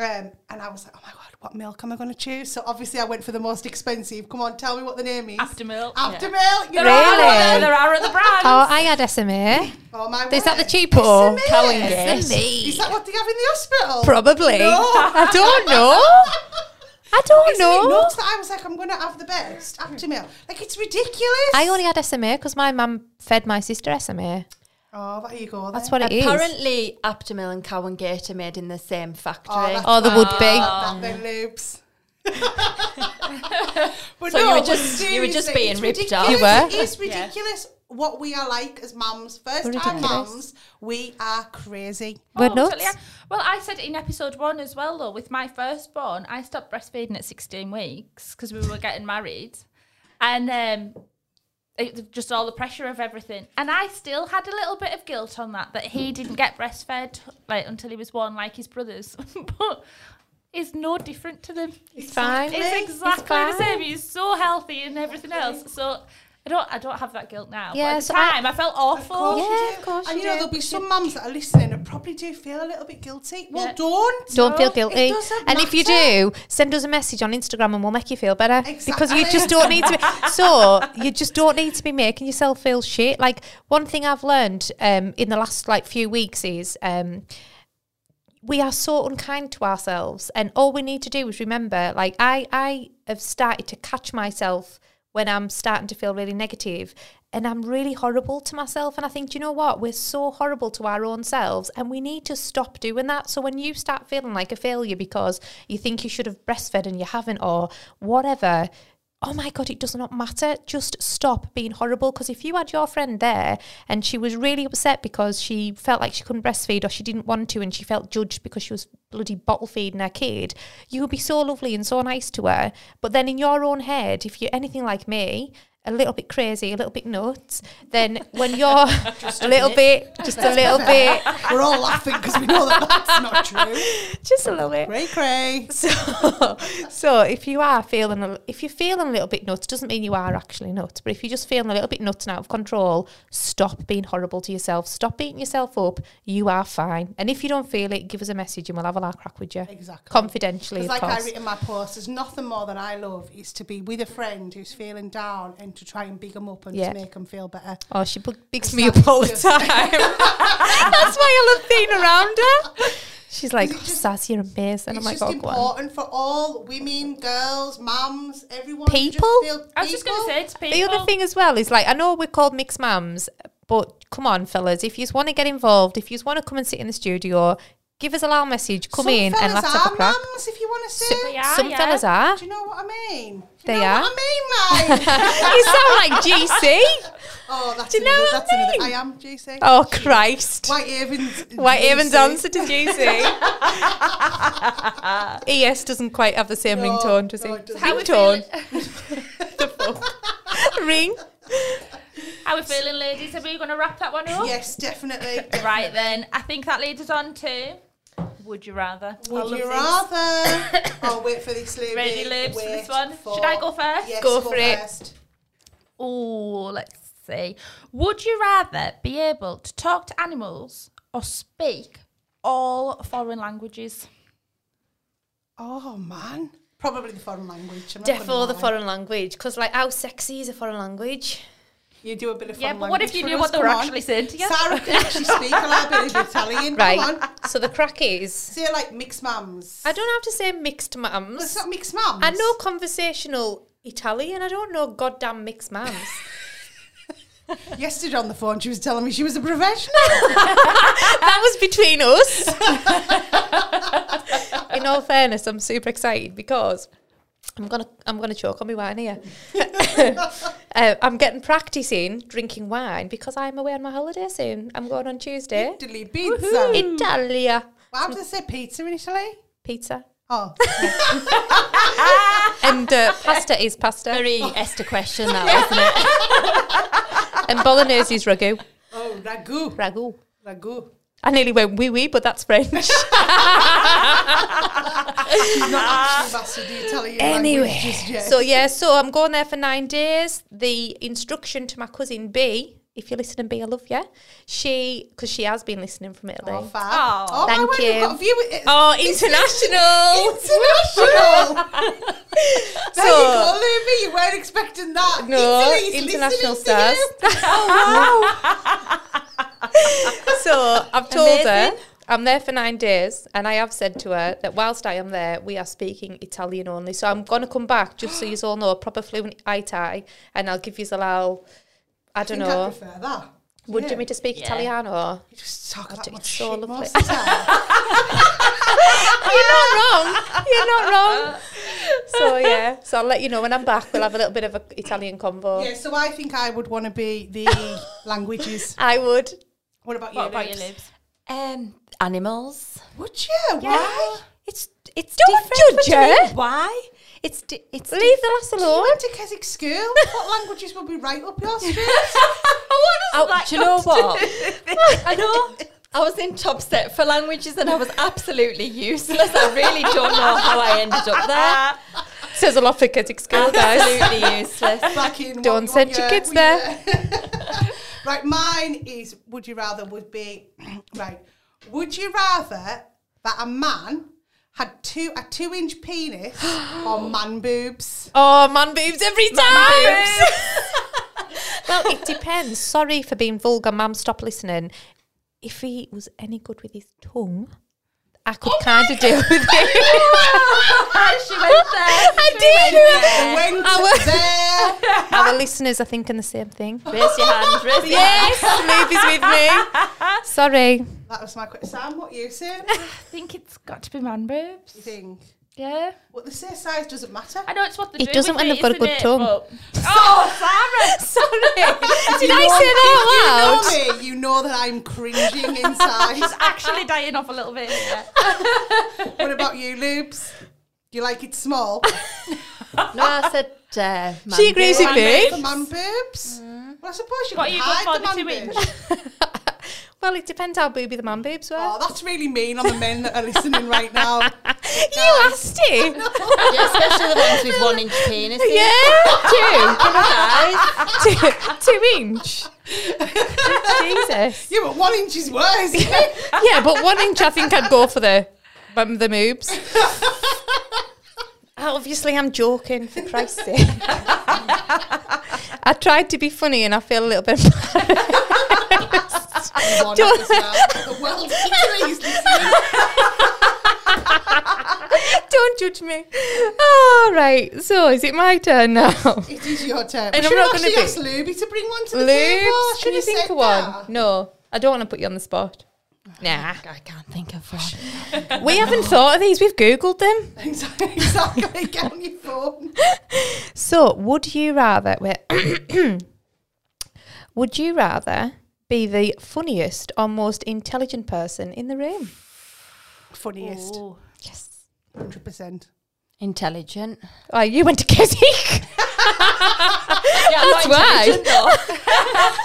S4: Um, and I was like, oh my God, what milk am I going to choose? So obviously I went for the most expensive. Come on, tell me what the name is.
S2: Aftermilk,
S4: Aftermilk. You
S2: There
S4: know,
S2: are
S3: Really?
S2: other, there are other brands.
S3: Oh, I had SMA.
S4: Oh my
S3: Is that the
S4: word.
S3: cheapo?
S4: SMA. Is that what they have in the hospital?
S3: Probably.
S4: No.
S3: I don't know. I don't
S4: Isn't it
S3: know.
S4: nuts that I was like, I'm going to have the best after meal. Like, it's ridiculous.
S3: I only had SMA because my mum fed my sister SMA.
S4: Oh, there you go.
S3: That's
S4: then.
S3: what it is.
S5: Apparently, Aptamil and Cow and Gate are made in the same factory.
S4: Oh, that's
S3: Oh, there would be.
S4: That then loops. but no,
S5: So you were
S4: but
S5: just- you were just
S4: seriously,
S5: being
S4: it's
S5: ripped
S4: ridiculous.
S5: off.
S3: You were.
S4: It is ridiculous what we are like as mums. First time
S3: Ridiculous.
S4: mums, we are crazy.
S3: We're
S2: Oh,
S3: nuts.
S2: totally, yeah. Well, I said in episode one as well, though, with my firstborn, I stopped breastfeeding at 16 weeks because we were getting married. And um, it, just all the pressure of everything. And I still had a little bit of guilt on that, that he didn't get breastfed like until he was one, like his brothers. but it's no different to them.
S3: It's fine.
S2: It's exactly the same. He's so healthy and everything else. So. I don't, I don't have that guilt now.
S3: Yeah,
S2: Yeah, but at
S3: so
S2: the
S3: I-
S2: time, I, felt awful.
S3: course. Yeah, of course
S4: And
S3: you
S4: you know,
S3: do,
S4: there'll be
S3: because
S4: some mums that are listening and probably do feel a little bit guilty. Well,
S2: Yeah.
S4: don't.
S3: Don't feel
S2: It
S3: guilty.
S4: doesn't
S3: And if you
S4: matter.
S3: do, send us a message on Instagram and we'll make you feel better. Because you
S4: Exactly.
S3: just don't need to be. So, you just don't need to be making yourself feel shit. Like, one thing I've learned um, in the last like few weeks is um, we are so unkind to ourselves. And all we need to do is remember, like, I, I have started to catch myself when I'm starting to feel really negative and I'm really horrible to myself. And I think, do you know what? We're so horrible to our own selves and we need to stop doing that. So when you start feeling like a failure because you think you should have breastfed and you haven't or whatever, oh my God, it does not matter. Just stop being horrible. Because if you had your friend there and she was really upset because she felt like she couldn't breastfeed or she didn't want to and she felt judged because she was bloody bottle feeding her kid, you would be so lovely and so nice to her. But then in your own head, if you're anything like me, a little bit crazy, a little bit nuts, then when you're a little bit, just a little bit,
S4: We're all laughing because we know that that's not true.
S3: just a little bit.
S4: Cray cray.
S3: So, so if you are feeling a, if you're feeling a little bit nuts, doesn't mean you are actually nuts, but if you're just feeling a little bit nuts and out of control, stop being horrible to yourself. Stop beating yourself up. You are fine. And if you don't feel it, give us a message and we'll have a laugh crack with you.
S4: Exactly.
S3: Confidentially, of
S4: Because like I
S3: course.
S4: wrote in my post, there's nothing more that I love is to be with a friend who's feeling down and to try and big them up and
S3: Yeah.
S4: to make them feel better.
S3: oh, she bug- bigs
S4: It's
S3: me
S4: not
S3: up all the
S4: just-
S3: time. That's why I love being around her. She's like, oh,
S4: Is it just-
S3: Saz, you're amazing. I'm
S4: it's
S3: like,
S4: just
S3: oh, go on.
S4: important for all women, girls, mums, everyone. to just
S3: People?
S4: feel
S2: I was just going to
S4: people.
S2: say to people.
S3: The other thing as well is like I know we're called mixed mums, but come on, fellas, if you want to get involved, if you want to come and sit in the studio, give us a loud message, come
S4: Some
S3: in and
S4: fellas
S3: let's have
S4: are
S3: a crack.
S4: mums, if you want to
S3: So-
S4: say.
S2: are,
S3: Some
S2: yeah.
S3: fellas are.
S4: Do you know what I mean? Do you
S3: They
S4: know
S3: are.
S4: What I mean, mate.
S3: you sound like GC.
S4: oh, that's
S3: Do you know
S4: another,
S3: what I
S4: that's
S3: mean?
S4: another. I am GC.
S3: Oh Christ.
S4: White Evans.
S3: White Evans
S4: GC.
S3: answer to GC. ES E doesn't quite have the same
S4: No,
S3: ringtone, does
S4: no,
S3: it?
S4: it doesn't.
S2: How we
S3: ringtone.
S2: feeling-
S3: The fuck? Ring.
S2: How we feeling, ladies? Are we going to wrap that one up?
S4: Yes, definitely.
S2: Right then, I think that leads us on to Would You Rather? I
S4: Would
S2: love
S4: you
S2: these.
S4: rather? oh, wait for this, Libby.
S2: Ready, Libs, for this
S4: Wait
S2: one? Should I go first?
S4: Yes,
S3: Go
S4: go,
S3: for it.
S4: first.
S2: Oh, let's see. Would you rather be able to talk to animals or speak all foreign languages?
S4: Oh, man. Probably the foreign language. I'm not
S3: Deaf
S4: gonna
S3: all the
S4: lie.
S3: foreign language, because like how sexy is a foreign language?
S4: You do a bit of
S2: Yeah,
S4: foreign
S2: but what if
S4: language
S2: you
S4: for
S2: knew
S4: us,
S2: what they were
S4: come on.
S2: actually saying to you?
S4: Sarah can actually speak a little bit of Italian. Come
S3: Right.
S4: on.
S3: So the crack is
S4: Say like mixed mums.
S3: I don't have to say mixed mums.
S4: It's not mixed mums.
S3: I know conversational Italian. I don't know goddamn mixed mums.
S4: Yesterday on the phone, she was telling me she was a professional.
S3: that was between us. In all fairness, I'm super excited because I'm gonna I'm gonna choke on my wine here. uh, I'm getting practicing drinking wine because I'm away on my holiday soon. I'm going on Tuesday.
S4: Italy pizza.
S3: Italia
S4: How does it say pizza in Italy?
S3: pizza
S4: Oh,
S3: and uh, pasta is pasta
S5: Very Esther question, that wasn't it?
S3: and bolognese is ragu
S4: oh, ragu,
S3: ragu.
S4: ragu.
S3: I nearly went wee wee, but that's French.
S4: She's not
S2: Ah.
S4: actually mastered the Italian
S3: Anyway,
S4: language just yet.
S3: So yeah, so I'm going there for nine days. The instruction to my cousin B, if you're listening, B, I love you. She, because she has been listening from Italy.
S4: oh,
S3: Oh,
S4: fab.
S2: Oh,
S4: oh my
S3: thank
S4: word,
S3: you.
S4: We've got view- it's
S3: international!
S4: international. there you
S3: Oh. So-
S4: go, Libby. You weren't expecting that.
S3: No,
S4: Italy's listening
S3: international
S4: to
S3: stars.
S4: you.
S3: so I've told her
S5: Amazing.
S3: I'm there for nine days, and I have said to her that whilst I am there, we are speaking Italian only. So I'm going to come back just so you all know, proper fluent Itai, and I'll give you a little. I
S4: I
S3: don't
S4: think I
S3: know.
S4: prefer that.
S3: Would
S4: yeah.
S3: you mean to speak
S2: Yeah.
S3: Italiano?
S4: You just talk that
S3: it's
S4: much
S3: so
S4: shit
S3: lovely.
S4: most of the time.
S3: You're not wrong. You're not wrong. So yeah. So I'll let you know when I'm back. We'll have a little bit of an Italian combo.
S4: Yeah, so I think I would want to be the languages.
S3: I would.
S4: What about you?
S2: What about your
S4: Libs?
S2: lips?
S5: Um, animals.
S4: Would you? Why?
S5: It's it's
S3: Don't
S5: different
S3: judge
S5: between-
S3: her.
S5: Why? It's di- it's
S3: Leave the lass
S4: You
S3: alone.
S4: went to Keswick school. what languages will be right up your street?
S5: Oh, do you know what? I know. I was in top set for languages and I was absolutely useless. I really don't know how I ended up there.
S3: Says a lot for kids at school, guys.
S5: Absolutely useless.
S4: Back in.
S3: Don't
S4: what-
S3: send
S4: what
S3: your
S4: year
S3: kids
S4: were you
S3: there.
S4: Right, mine is. Would you rather? Would be right. Would you rather that a man had two a two inch penis or man boobs?
S3: Oh, man boobs every time. well, it depends. Sorry for being vulgar, mum. Stop listening. If he was any good with his tongue, I could
S4: Oh
S3: kind of deal with it.
S2: she went there.
S3: I did.
S4: Went
S3: would-
S4: there.
S3: Our listeners are thinking the same thing.
S5: Raise your hand. Raise your
S3: Yes, Luby's with me. Sorry.
S4: That was my quick. Sam, what you saying?
S2: I think it's got to be man boobs.
S4: You think?
S2: Yeah.
S4: Well, they say size doesn't matter.
S2: I know it's what they
S3: It
S2: do.
S3: doesn't
S2: with
S3: when they've got a
S2: isn't
S3: good
S2: it?
S3: tongue.
S2: But- Oh, Sarah!
S3: Sorry. Did I say that out loud?
S4: If you know me, you know that I'm cringing inside.
S2: She's actually dying off a little bit here.
S4: what about you, Lubes? You like it small?
S5: No, I said. Uh, man
S3: She agrees with
S5: boobs.
S3: me.
S4: The man boobs? Well, I suppose you
S2: What
S4: can
S2: you Mm-hmm. got
S4: hide
S2: for the
S4: the man
S2: two
S4: boobs.
S2: inch?
S3: Well, it depends how booby the man boobs were.
S4: Oh, that's really mean on the men that are listening right now.
S3: you asked it.
S5: Yeah, especially the ones with one inch penises.
S3: Yeah, two, two, two inch. Jesus.
S4: Yeah, but one inch is worse.
S3: Yeah, but one inch, I think I'd go for the um, the moobs. Obviously, I'm joking. For Christ's sake, I tried to be funny, and I feel a little bit.
S4: One as well. The world please listen.
S3: Don't judge me. All right. So, is it my turn now?
S4: It is your turn. We
S3: And I'm
S4: should
S3: not
S4: actually
S3: gonna be-
S4: ask Luby to bring one to the table. I
S3: Loops,
S4: should
S3: can you
S4: have
S3: think
S4: said
S3: of one?
S4: that.
S3: No, I don't want to put you on the spot. Nah,
S5: I can't think of one.
S3: we haven't thought of these. We've googled them.
S4: exactly. Get on your phone.
S3: So, would you rather? wait. would you rather be the funniest or most intelligent person in the room?
S4: Funniest.
S3: Yes.
S4: Hundred percent.
S5: Intelligent.
S3: Oh, you went to Keswick. That's why.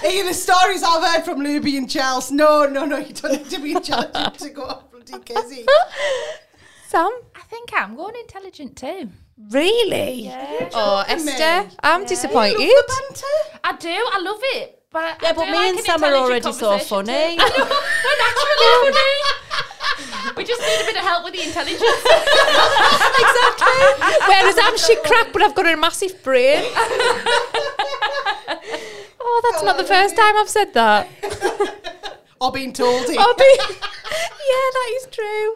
S4: Even the stories I've heard from Luby and Charles. No, no, no. You don't need to be intelligent to go up bloody Kizzy.
S3: Sam,
S2: I think I'm going intelligent too.
S3: really?
S2: Yeah.
S3: Oh,
S4: joking me?
S3: Esther, I'm
S4: Love
S3: disappointed.
S4: the banter.
S2: I do. I love it. But I
S5: Yeah, but
S2: do
S5: me
S2: like
S5: and
S2: an
S5: Sam are
S2: intelligent
S5: already so
S2: conversation
S5: funny.
S2: too. We're naturally funny. We just need a bit of help with the intelligence.
S3: exactly. Whereas I'm shit crack, but I've got a massive brain. oh, that's not the first time I've said that.
S4: Or being told it.
S3: I'll be- yeah, that is true.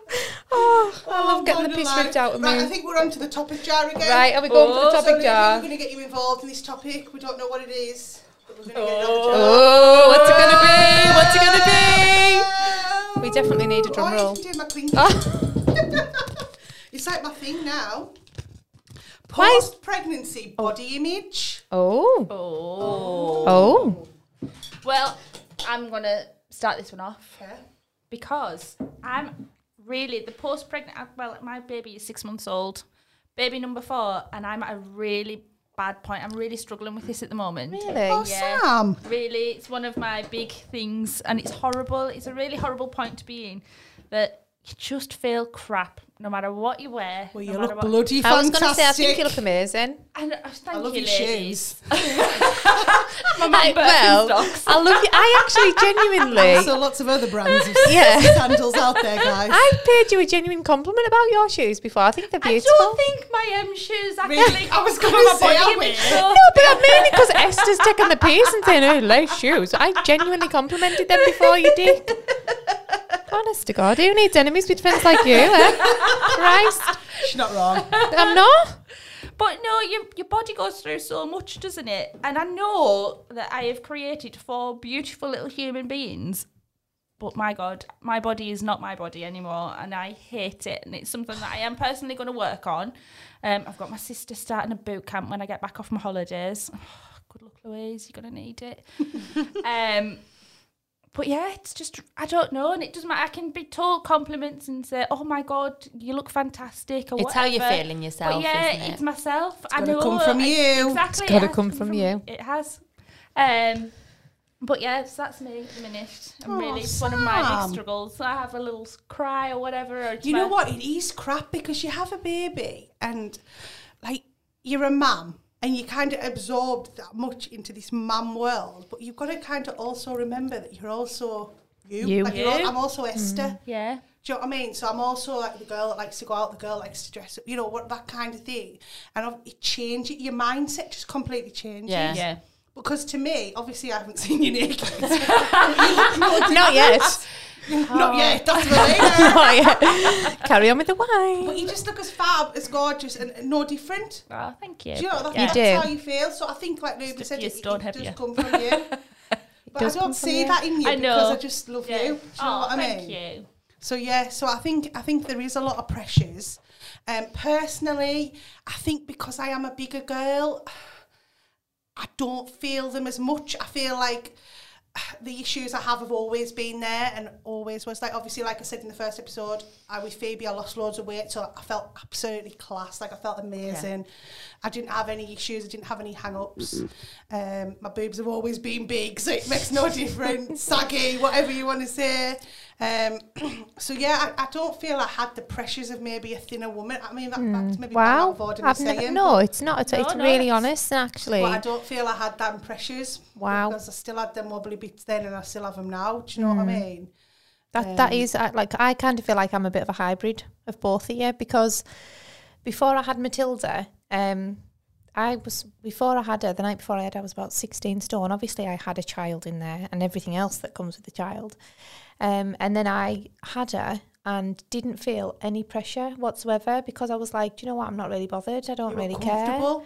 S3: Oh, I love getting the
S4: God
S3: piss
S4: alive.
S3: ripped out of
S4: right, I
S3: me.
S4: think we're on to the topic jar again.
S3: Right, are we going for the
S4: So,
S3: topic
S4: Luby,
S3: jar?
S4: We're going to get you involved in this topic. We don't know what it is. But we're going to get it on the jar.
S3: Oh, what's it gonna be? What's it gonna be? We definitely need a drum
S4: oh,
S3: roll.
S4: Um,
S3: Ah.
S4: You can do my clinky. it's like my thing now.
S3: Why is-
S4: Post pregnancy body image.
S3: Oh,
S2: Oh.
S3: oh,
S2: Well, I'm gonna start this one off
S4: Okay.
S2: because I'm really the post-pregnant. I- Well, my baby is six months old, baby number four, and I'm at a really bad point. I'm really struggling with this at the moment.
S4: Oh,
S3: really?
S2: Yeah.
S4: Sam.
S2: Really, it's one of my big things, and it's horrible. It's a really horrible point to be in that you just feel crap no matter what you wear.
S4: Well,
S2: no
S4: you
S2: matter
S4: look
S2: what-
S4: bloody
S3: I was
S4: fantastic.
S3: gonna say, I think you look amazing.
S2: And, uh, thank
S4: I love
S2: you,
S4: your
S2: ladies.
S4: shoes.
S2: My mum
S3: I- well,
S2: Birkenstocks.
S3: I love you. I actually genuinely.
S4: So lots of other brands of
S3: Yeah.
S4: sandals out there, guys.
S3: I paid you a genuine compliment about your shoes before. I think they're
S2: I
S3: beautiful.
S2: don't think my um, shoes actually.
S4: Really? I was
S2: cover
S4: gonna
S2: my
S4: say,
S2: body
S4: are
S2: image,
S4: we?
S2: though.
S3: No, but I mean because Esther's taking the piece and saying, oh, lace shoes. I genuinely complimented them before you did. Honest to God, who needs enemies with friends like you, eh? Christ.
S4: She's not wrong.
S3: I'm not.
S2: But no, your your body goes through so much, doesn't it? And I know that I have created four beautiful little human beings. But my God, my body is not my body anymore, and I hate it. And it's something that I am personally going to work on. Um, I've got my sister starting a boot camp when I get back off my holidays. good luck, Louise. You're going to need it. um, but yeah, it's just I don't know, and it doesn't matter. I can be told compliments and say, "Oh my God, you look fantastic." Or
S5: It's how you're
S2: whatever.
S5: feeling
S2: But
S5: yourself,
S2: yeah,
S5: isn't it?
S2: it's myself. It's
S4: gotta come from you.
S2: Exactly.
S3: It's gotta
S2: it has
S3: come from you.
S2: It has. Um, but yeah, so that's me at the minute. I'm
S4: Oh,
S2: really, it's one of my
S4: Sam.
S2: big struggles. So I have a little s- cry or whatever. Or it's
S4: You know
S2: my-
S4: what? It is crap because you have a baby and like you're a mum and you kind of absorb that much into this mum world, but you've got to kind of also remember that you're also you.
S3: You.
S4: Like, you're al-
S2: You.
S4: I'm also Esther.
S2: Yeah.
S4: Do you know what I mean? So I'm also like the girl that likes to go out, the girl that likes to dress up, you know, what that kind of thing. And I've- it changes your mindset, just completely changes.
S5: Yeah.
S2: Yeah.
S4: Because to me, obviously, I haven't seen you naked. You look no-
S3: Not yet.
S4: Not yet. That's for later.
S3: Not yet. Carry on with the wine.
S4: But you just look as fab, as gorgeous, and and no different.
S2: Oh, thank you.
S4: Do you know that,
S2: Yeah.
S4: that's
S3: do.
S4: how you feel? So I think, like Ruby said,
S2: your
S4: it, it
S2: stone
S4: does
S2: heavier.
S4: come from you. But I don't
S3: does come from
S4: see
S3: you.
S4: that in you
S2: I
S4: because
S2: know.
S4: I just love
S2: Yeah.
S4: you. Do you know
S2: oh,
S4: what I mean?
S2: thank you.
S4: So yeah, so I think I think there is a lot of pressures, Um, personally, I think because I am a bigger girl, I don't feel them as much. I feel like the issues I have have always been there and always was like obviously like I said in the first episode I with Phoebe I lost loads of weight so I felt absolutely class like I felt amazing I didn't have any issues I didn't have any hang-ups um, my boobs have always been big so it makes no difference saggy whatever you want to say um, so yeah I, I don't feel I had the pressures of maybe a thinner woman I mean that, that's maybe
S3: Mm. Wow.
S4: what I'm
S3: I've
S4: saying
S3: ne-
S4: but-
S3: no, it's not. It's,
S2: No,
S3: it's
S2: no,
S3: really
S2: it's-
S3: honest, actually.
S4: but I don't feel I had them pressures.
S3: Wow.
S4: Because I still had them wobbly bits then and I still have them now. Do you know
S3: Mm.
S4: what I mean?
S3: That that is I- like I kind of feel like I'm a bit of a hybrid of both of you because before I had Matilda, um, I was before I had her the night before I had her, I was about sixteen stone. Obviously, I had a child in there and everything else that comes with a child, um, and then I had her and didn't feel any pressure whatsoever because I was like, do you know what? I'm not really bothered. I don't
S4: You were
S3: really care
S4: comfortable.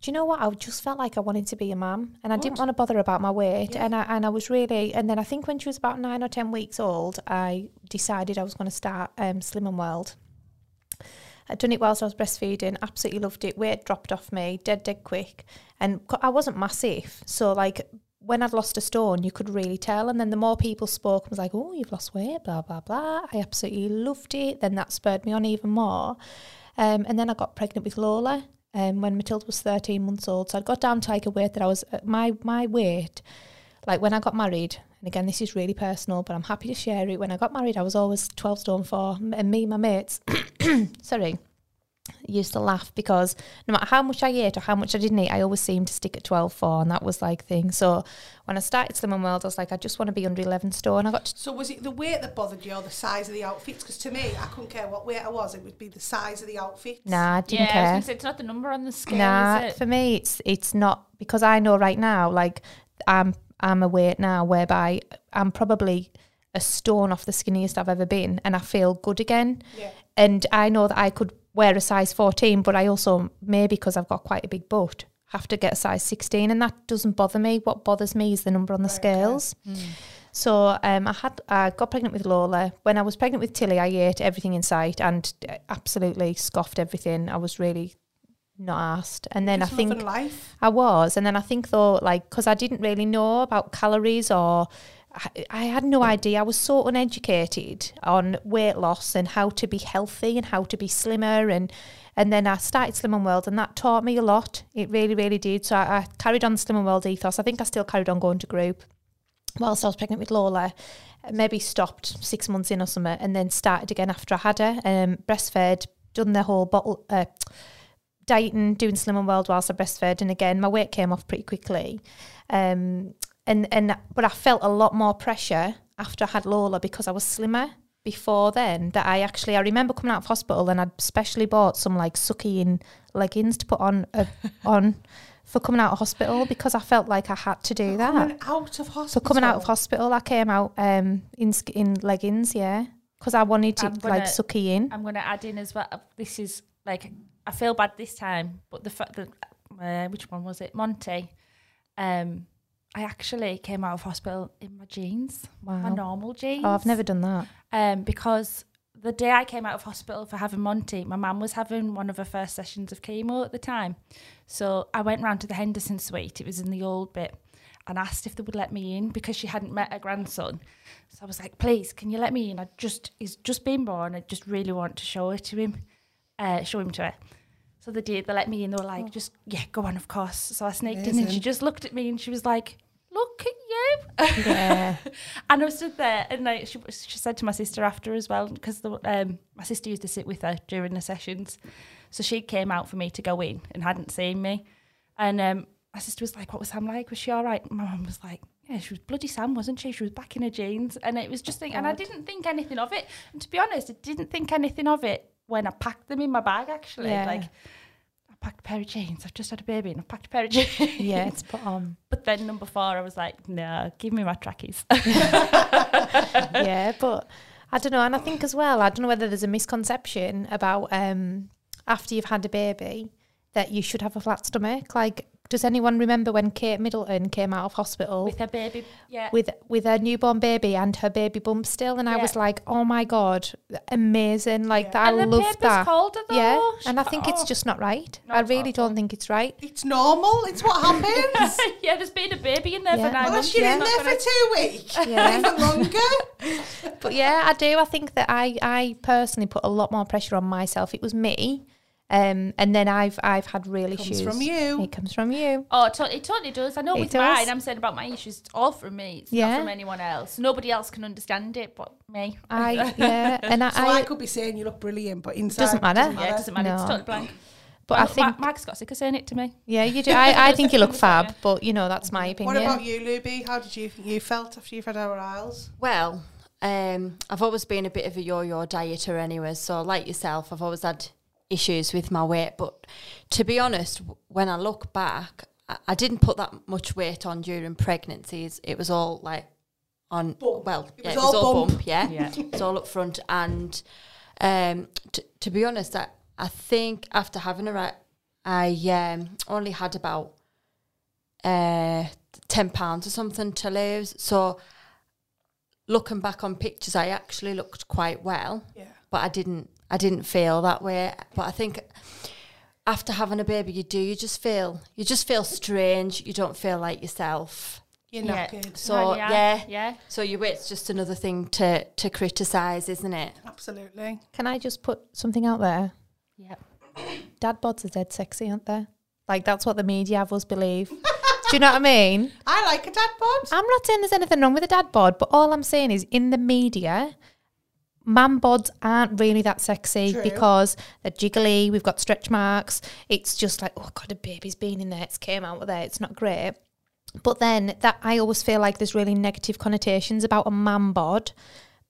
S3: do you know what? I just felt like I wanted to be a mum, and I didn't want to bother about my weight, and I and I was really, and then I think when she was about nine or ten weeks old, I decided I was going to start um, Slim and World. I'd done it whilst I was breastfeeding, absolutely loved it. Weight dropped off me dead, dead quick, and c- I wasn't massive, so like when I'd lost a stone, you could really tell. And then the more people spoke, I was like, "Oh, you've lost weight," blah blah blah. I absolutely loved it. Then that spurred me on even more. Um, and then I got pregnant with Lola um, when Matilda was 13 months old. So I got down to like a weight that I was, uh, my, my weight, like when I got married, and again, this is really personal, but I'm happy to share it. When I got married, I was always 12 stone four, m- and me and my mates, sorry, used to laugh because no matter how much I ate or how much I didn't eat, I always seemed to stick at 12 four, and that was like thing. So when I started Slim and World, I was like, I just want to be under 11 stone. I got to
S4: So was it the weight that bothered you or the size of the outfits? Because to me, I couldn't care what weight I was. It would be the size of the outfits.
S3: Nah, I didn't
S2: yeah, I was
S3: care.
S2: gonna say, it's not the number on the scale,
S3: nah,
S2: is it?
S3: for me, it's it's not because I know right now, like I'm I'm aware now, whereby I'm probably a stone off the skinniest I've ever been, and I feel good again.
S4: Yeah.
S3: And I know that I could wear a size 14, but I also maybe because I've got quite a big butt, have to get a size 16, and that doesn't bother me. What bothers me is the number on the scales.
S2: Mm.
S3: So um, I had I got pregnant with Lola. When I was pregnant with Tilly, I ate everything in sight and uh, absolutely scoffed everything. I was really not asked. And then
S4: Just
S3: I think
S4: loving life.
S3: I was, and then I think though, like, because I didn't really know about calories or. I- I had no idea. I was so uneducated on weight loss and how to be healthy and how to be slimmer, and and then I started Slim and World, and that taught me a lot. It really, really did. So I, I carried on Slim and World ethos. I think I still carried on going to group whilst I was pregnant with Lola. Maybe stopped six months in or something, and then started again after I had her. Um, breastfed, done the whole bottle. Uh, dieting, doing Slim and World whilst I breastfed, and again, my weight came off pretty quickly. Um, and and but I felt a lot more pressure after I had Lola because I was slimmer before then. That I actually I remember coming out of hospital and I'd specially bought some like sucky in leggings to put on uh, on for coming out of hospital because I felt like I had to do that.
S4: Coming out of hospital.
S3: For coming out of hospital, I came out um, in sk- in leggings, yeah, because I wanted to
S2: I'm gonna-
S3: like sucky in.
S2: I'm going to add in as well. uh, This is like I feel bad this time, but the fact that uh, which one was it, Monty? Um, I actually came out of hospital in my jeans, my
S3: Wow.
S2: normal jeans.
S3: Oh, I've never done that.
S2: Um, because the day I came out of hospital for having Monty, my mum was having one of her first sessions of chemo at the time. So I went round to the Henderson suite, it was in the old bit, and asked if they would let me in because she hadn't met her grandson. So I was like, please, can you let me in? I just he's just been born. I just really want to show it to him. Uh, show him to her. So they did, they let me in, they were like, just yeah, go on, of course. So I sneaked in and she just looked at me and she was like, Look at you.
S3: Yeah.
S2: And I stood there, and like she, she said to my sister after as well, because um, my sister used to sit with her during the sessions. So she came out for me to go in and hadn't seen me. And um, my sister was like, What was Sam like? Was she all right? My mum was like, Yeah, she was bloody Sam, wasn't she? She was back in her jeans. And it was just thing, and I didn't think anything of it. And to be honest, I didn't think anything of it when I packed them in my bag, actually.
S3: Yeah.
S2: Like, I packed a pair of jeans. I've just had a baby and I packed a pair of jeans.
S3: yeah, it's put on.
S2: But then number four, I was like, no, give me my trackies.
S3: yeah, but I don't know. And I think as well, I don't know whether there's a misconception about um, after you've had a baby that you should have a flat stomach. Like Does anyone remember when Kate Middleton came out of hospital
S2: with her baby. Yeah.
S3: with with her newborn baby and her baby bump still, and I
S2: Yeah.
S3: was like, oh my god, amazing! Like
S4: Yeah.
S3: that,
S2: and
S3: I
S2: the
S3: love
S2: paper's
S3: that.
S2: called her though.
S3: yeah,
S2: She-
S3: and I think it's
S2: oh.
S3: just not right.
S2: No,
S3: I
S2: it's
S3: really
S2: not.
S3: don't think it's right.
S4: It's normal. It's what happens.
S2: yeah, there's been a baby in there
S3: Yeah.
S2: for nine
S4: Unless
S2: months.
S4: you're
S2: it's
S4: in
S2: not
S4: there for
S2: gonna-
S4: two weeks,
S3: Yeah.
S4: even longer.
S3: But yeah, I do. I think that I I personally put a lot more pressure on myself. It was me, um, and then I've I've had real
S4: comes
S3: issues.
S4: from you.
S3: It comes from you.
S2: Oh, it, tot- it totally does. I know
S3: It
S2: with
S3: does.
S2: mine, I'm saying about my issues, it's all from me. It's
S3: Yeah.
S2: not from anyone else. Nobody else can understand it but me.
S3: I yeah, and I,
S4: So
S3: I,
S4: I, could be saying you look brilliant, but inside
S3: Doesn't matter.
S2: yeah, it doesn't matter. It's
S3: No.
S2: totally blank.
S3: but I think
S2: Mag's got sick of saying it to me.
S3: yeah, you do. I, I think you look fab,
S2: Yeah.
S3: but you know that's my
S4: What
S3: opinion.
S4: about you, Luby? How did you think you felt after you've had our aisles?
S5: Well, um, I've always been a bit of a yo-yo dieter anyway, so like yourself, I've always had issues with my weight. But to be honest, w- when I look back, I, I didn't put that much weight on during pregnancies. It was all like on
S4: Bump.
S5: well,
S4: It was
S5: yeah, it was
S4: all
S5: all
S4: bump.
S5: bump, yeah.
S2: Yeah.
S5: it's all up front. And um, t- to be honest, I, I think after having a rat, I um, only had about uh, ten pounds or something to lose. So looking back on pictures, I actually looked quite well,
S4: Yeah.
S5: but I didn't. I didn't feel that way. But I think after having a baby, you do. You just feel. You just feel strange. You don't feel like yourself.
S4: You're
S2: Yeah.
S4: knackered.
S5: So
S2: No, you are.
S5: yeah.
S2: Yeah.
S5: So your weight's just another thing to to criticise, isn't it?
S4: Absolutely.
S3: Can I just put something out there?
S2: Yeah.
S3: Dad bods are dead sexy, aren't they? Like that's what the media have us believe. Do you know what I mean?
S4: I like a dad bod.
S3: I'm not saying there's anything wrong with a dad bod, but all I'm saying is in the media, man bods aren't really that sexy
S4: True.
S3: because they're jiggly, we've got stretch marks. It's just like, oh god, a baby's been in there, it's came out of there, it's not great. But then that I always feel like there's really negative connotations about a man bod.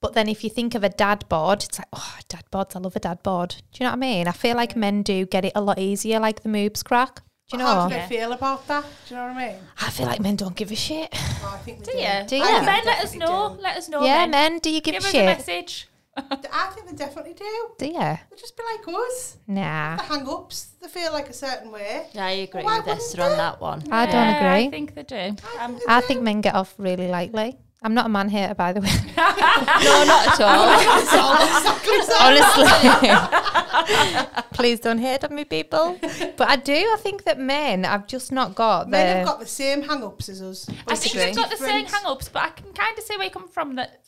S3: But then if you think of a dad bod, it's like, oh, dad bods, I love a dad bod. Do you know what I mean? I feel like men do get it a lot easier, like the moobs crack. Do you know?
S4: How do they feel about that? Do you know what I mean?
S3: I feel like men don't give a shit.
S4: Oh, I think they
S2: Do
S4: do.
S2: you?
S3: Do you?
S2: Men,
S4: I think they
S2: let us
S4: definitely
S2: know.
S4: do.
S2: Let us know.
S3: yeah,
S2: men.
S3: men, do you give,
S2: Give
S3: a
S2: us
S3: shit?
S2: a message.
S4: I think they definitely do.
S3: Do you?
S4: They just be like us.
S3: Nah.
S4: The hang ups, they feel like a certain way.
S5: I agree
S4: Why
S5: with
S4: wouldn't
S5: Esther on
S4: they?
S5: that one.
S3: I don't
S2: Yeah, I
S3: agree.
S2: think they do. Um,
S4: they
S3: I
S4: do.
S3: think men get off really lightly. I'm not a man hater, by the way.
S5: No, not at all.
S4: It's all exactly so.
S3: Honestly. Please don't hate on me, people. But I do. I think that men, I've just not got
S4: Men have
S3: the-
S4: got the same hang ups as us.
S2: I
S4: It's
S2: think
S4: just
S2: they've got the same
S4: different.
S2: hang ups, but I can kind of see where you come from that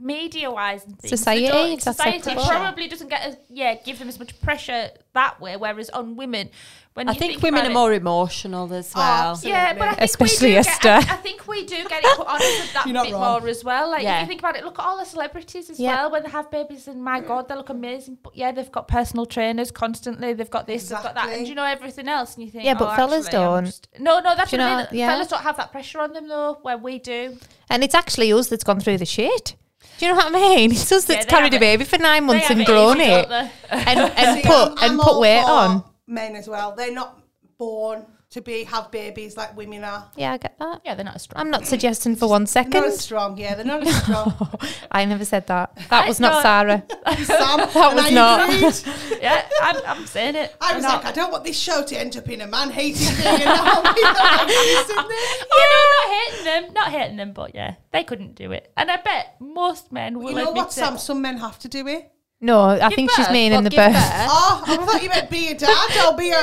S2: media wise and things. they
S3: Society,
S2: don't-
S3: that's
S2: society
S3: acceptable.
S2: probably doesn't get as, yeah, give them as much pressure that way, whereas on women, when
S5: I
S2: you
S5: think women
S2: about
S5: are
S2: it-
S5: more emotional as
S4: Oh,
S5: well.
S4: absolutely.
S2: Yeah, but I think
S3: Especially
S2: we do
S3: Esther.
S2: Get, I, I think we do get it put on us that
S4: You're not
S2: bit
S4: wrong.
S2: more as well. Like
S5: Yeah.
S2: if you think about it, look at all the celebrities as
S3: Yeah.
S2: well when they have babies, and my god, they look amazing. But yeah, they've got personal trainers constantly. They've got this, they've got that,
S4: Exactly.
S2: and you know everything else. And you think,
S3: Yeah, but
S2: oh,
S3: fellas
S2: actually, I'm
S3: don't.
S2: just- No, no, that's
S3: Do you
S2: what I
S3: know-
S2: mean.
S3: yeah.
S2: Fellas don't have that pressure on them though, where we do.
S3: And it's actually us that's gone through the shit. Do you know what I mean? It's
S2: Yeah,
S3: us that's
S2: they
S3: carried
S2: have it.
S3: a baby for nine
S2: They
S3: months
S2: have
S3: and grown
S2: easy,
S3: it,
S2: don't they?
S3: and and
S4: See,
S3: put
S4: I'm-
S3: and
S4: I'm
S3: put
S4: all
S3: weight
S4: for
S3: on.
S4: Men as well. They're not born to be have babies like women are.
S3: Yeah, I get that.
S2: yeah, they're not as strong.
S3: I'm not suggesting for one
S4: They're not
S3: second.
S4: as strong, yeah. They're not as strong.
S3: I never said that. That
S2: I
S3: was not
S2: thought-
S3: Sarah.
S4: Sam,
S3: That
S4: and
S3: was
S4: I
S3: not.
S4: agreed.
S2: yeah, I'm, I'm saying it.
S4: I was
S2: I'm
S4: like, I don't want this show to end up in a man hating thing. And now I'm being like this and that.
S2: Oh no, not hating them, not hating them, but yeah, they couldn't do it, and I bet most men will
S4: You know
S2: admit
S4: what,
S2: it.
S4: Sam? Some men have to do it.
S3: No, I think she's
S5: birth,
S3: meaning
S5: what,
S3: the
S5: give
S3: birth.
S5: birth?
S4: Oh, I thought you meant be a dad or be a.
S3: No.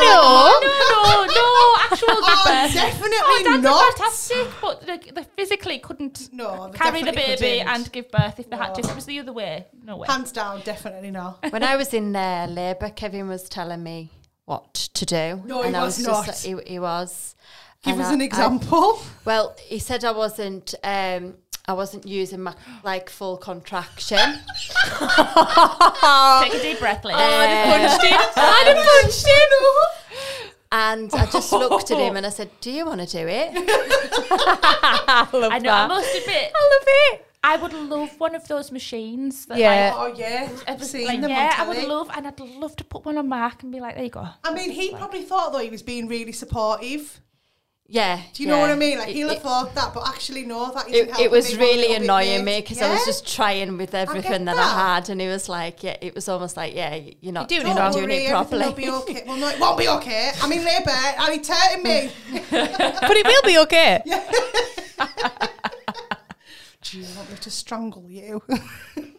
S2: No, no, no, actual
S4: Oh,
S2: birth.
S4: definitely
S2: oh, dads
S4: not.
S2: Are fantastic, but they, they physically couldn't
S4: No, they
S2: carry the
S4: definitely
S2: baby
S4: couldn't.
S2: and give birth if they had to.
S4: No.
S2: If it was the other way, no way.
S4: Hands down, definitely not.
S5: When I was in uh, labour, Kevin was telling me what to do.
S4: No, he
S5: I
S4: was
S5: Just,
S4: not.
S5: he, he was.
S4: Give
S5: And
S4: us
S5: I-
S4: an
S5: I-
S4: example.
S5: well, he said I wasn't. Um, I wasn't using my like full contraction.
S2: Take a deep breath,
S3: Oh,
S2: Liz.
S5: And I just looked at him and I said, "Do you want to do it?"
S2: I know. I must admit,
S3: I love it.
S2: I would love one of those machines. That
S3: Yeah.
S4: oh yeah,
S2: Like,
S4: I've
S2: ever-
S4: seen
S2: like,
S4: them
S2: yeah, I
S4: on telly.
S2: would love, and I'd love to put one on Mark and be like, "There you go."
S4: I mean, he probably thought though he was being really supportive.
S5: yeah.
S4: Do you know what I
S5: yeah.
S4: mean? Like
S5: It-
S4: he'll
S5: it-
S4: afford that, but actually no, that isn't
S5: it,
S4: helping
S5: it was
S4: me one
S5: really
S4: little bit,
S5: annoying me
S4: mate.
S5: because I was
S4: Yeah?
S5: just trying with everything that,
S4: that.
S5: I had, and it was like, yeah, it was almost like, yeah, y- you're not
S3: You're doing it
S5: doing, it,
S3: wrong.
S5: not
S4: Don't
S5: doing
S4: worry,
S5: it
S4: everything
S5: properly.
S4: will be okay. Well, no, it won't be okay. I'm in labour and it's hurting me.
S3: But it will be okay.
S4: Do you want me to strangle you?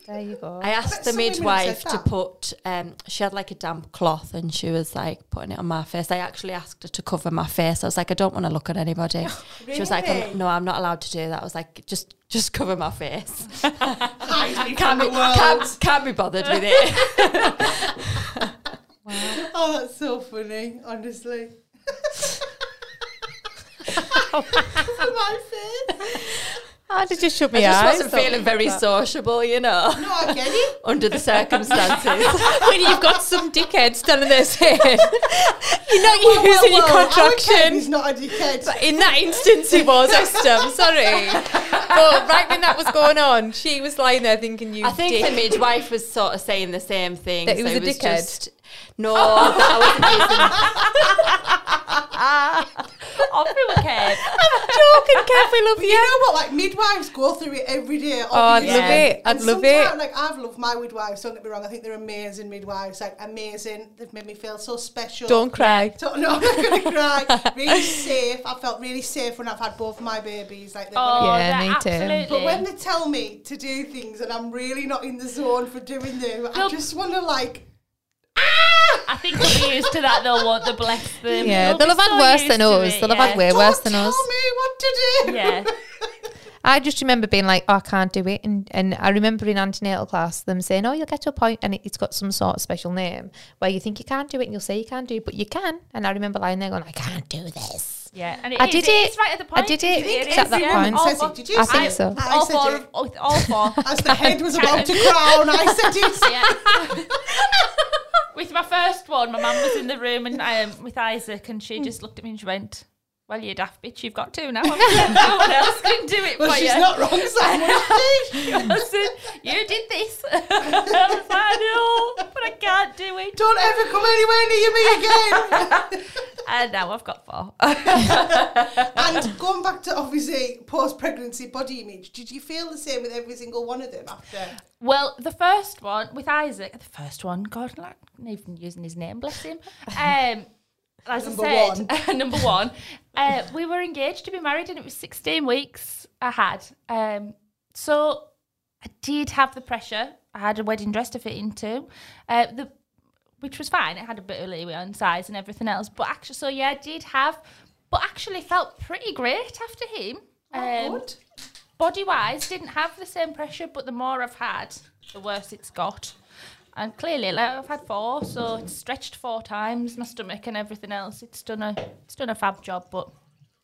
S3: There you go.
S5: I asked
S4: bet
S5: the
S4: some women have
S5: midwife
S4: said
S5: to
S4: that.
S5: put. Um, she had like a damp cloth, and she was like putting it on my face. I actually asked her to cover my face. I was like, I don't want to look at anybody. She was like,
S4: Really?
S5: I'm, No, I'm not allowed to do that. I was like, just, just cover my face.
S4: Hide me from
S5: Can't
S4: the
S5: be,
S3: Oh.
S4: world.
S5: can't, can't be bothered with it.
S4: Oh, that's so funny, honestly. my face.
S3: I had to Ah, just shut my
S5: I just
S3: eyes.
S5: wasn't feeling very sociable, you know,
S4: No, I get it.
S5: under the circumstances.
S3: when you've got some dickhead standing there saying, "You're not using
S4: Well,
S3: your
S4: well, our Ken
S3: contractions."
S4: is not a dickhead.
S3: In that instance, it was Esther. I'm sorry, but right when that was going on, she was lying there thinking, "You
S5: I think
S3: dick."
S5: the midwife was sort of saying the same thing.
S3: That he was a dickhead?
S5: no, that I wasn't
S2: I'll be okay.
S3: joking, Kev. We love you.
S4: You know what? Like midwives go through it every day.
S3: Oh, I'd
S4: obviously.
S3: love it. I'd
S4: And
S3: love
S4: sometimes,
S3: it.
S4: Like I've loved my midwives. Don't get me wrong. I think they're amazing midwives. Like amazing. They've made me feel so special.
S3: Don't cry.
S4: So- no, I'm not gonna cry. Really safe. I felt really safe when I've had both of my babies. Like, they've
S2: Oh,
S4: got-
S3: Yeah,
S2: yeah,
S3: me too.
S2: absolutely.
S4: but when they tell me to do things and I'm really not in the zone for doing them, I
S2: Well-
S4: just want to like
S2: I think they'll be used to that. They'll want to bless them.
S3: Yeah, they'll
S2: be
S3: have had
S2: so
S3: worse
S2: used
S3: than
S2: to
S3: us.
S2: it,
S3: They'll have had
S2: yeah.
S3: way
S4: don't
S3: worse than
S4: tell
S3: us.
S4: me what to do.
S2: Yeah.
S3: I just remember being like, oh, I can't do it. And, and I remember in antenatal class them saying, oh, you'll get to a point and it, it's got some sort of special name where you think you can't do it and you'll say you can't do it, but you can. And I remember lying there going, I can't do this.
S2: Yeah, and
S3: I did it.
S2: It's right at the
S3: I
S2: point.
S3: did it. It's at
S2: is,
S3: that point.
S2: All
S4: Says
S2: four-
S4: it. Did you I
S3: say think it? so.
S4: I
S2: all
S4: said
S2: four.
S4: it.
S2: of- oh, All four.
S4: As the head was about to crown, I said it.
S2: Yeah. with my first one, my mum was in the room and um, with Isaac, and she just looked at me and she went, "Well, you daft bitch, you've got two now. haven't you? no one else can do it
S4: Well,
S2: for
S4: she's
S2: you."
S4: not wrong, Simon.
S2: She wasn't. you did this. I was like, "No, but I can't do it.
S4: Don't ever come anywhere near me again.
S2: And now I've got four.
S4: and going back to obviously post pregnancy body image, did you feel the same with every single one of them after?
S2: Well, the first one with Isaac, the first one, God, like, not even using his name, bless him. Um, as
S4: Number
S2: I said, number one, uh, we were engaged to be married, and it was 16 weeks I had. Um, so I did have the pressure. I had a wedding dress to fit into, uh, the which was fine. It had a bit of leeway on size and everything else. But actually, so yeah, I did have, but actually felt pretty great after him. Um,
S4: Oh, Good.
S2: body wise didn't have the same pressure but the more i've had the worse it's got and clearly like i've had four so it's stretched four times my stomach and everything else it's done a it's done a fab job but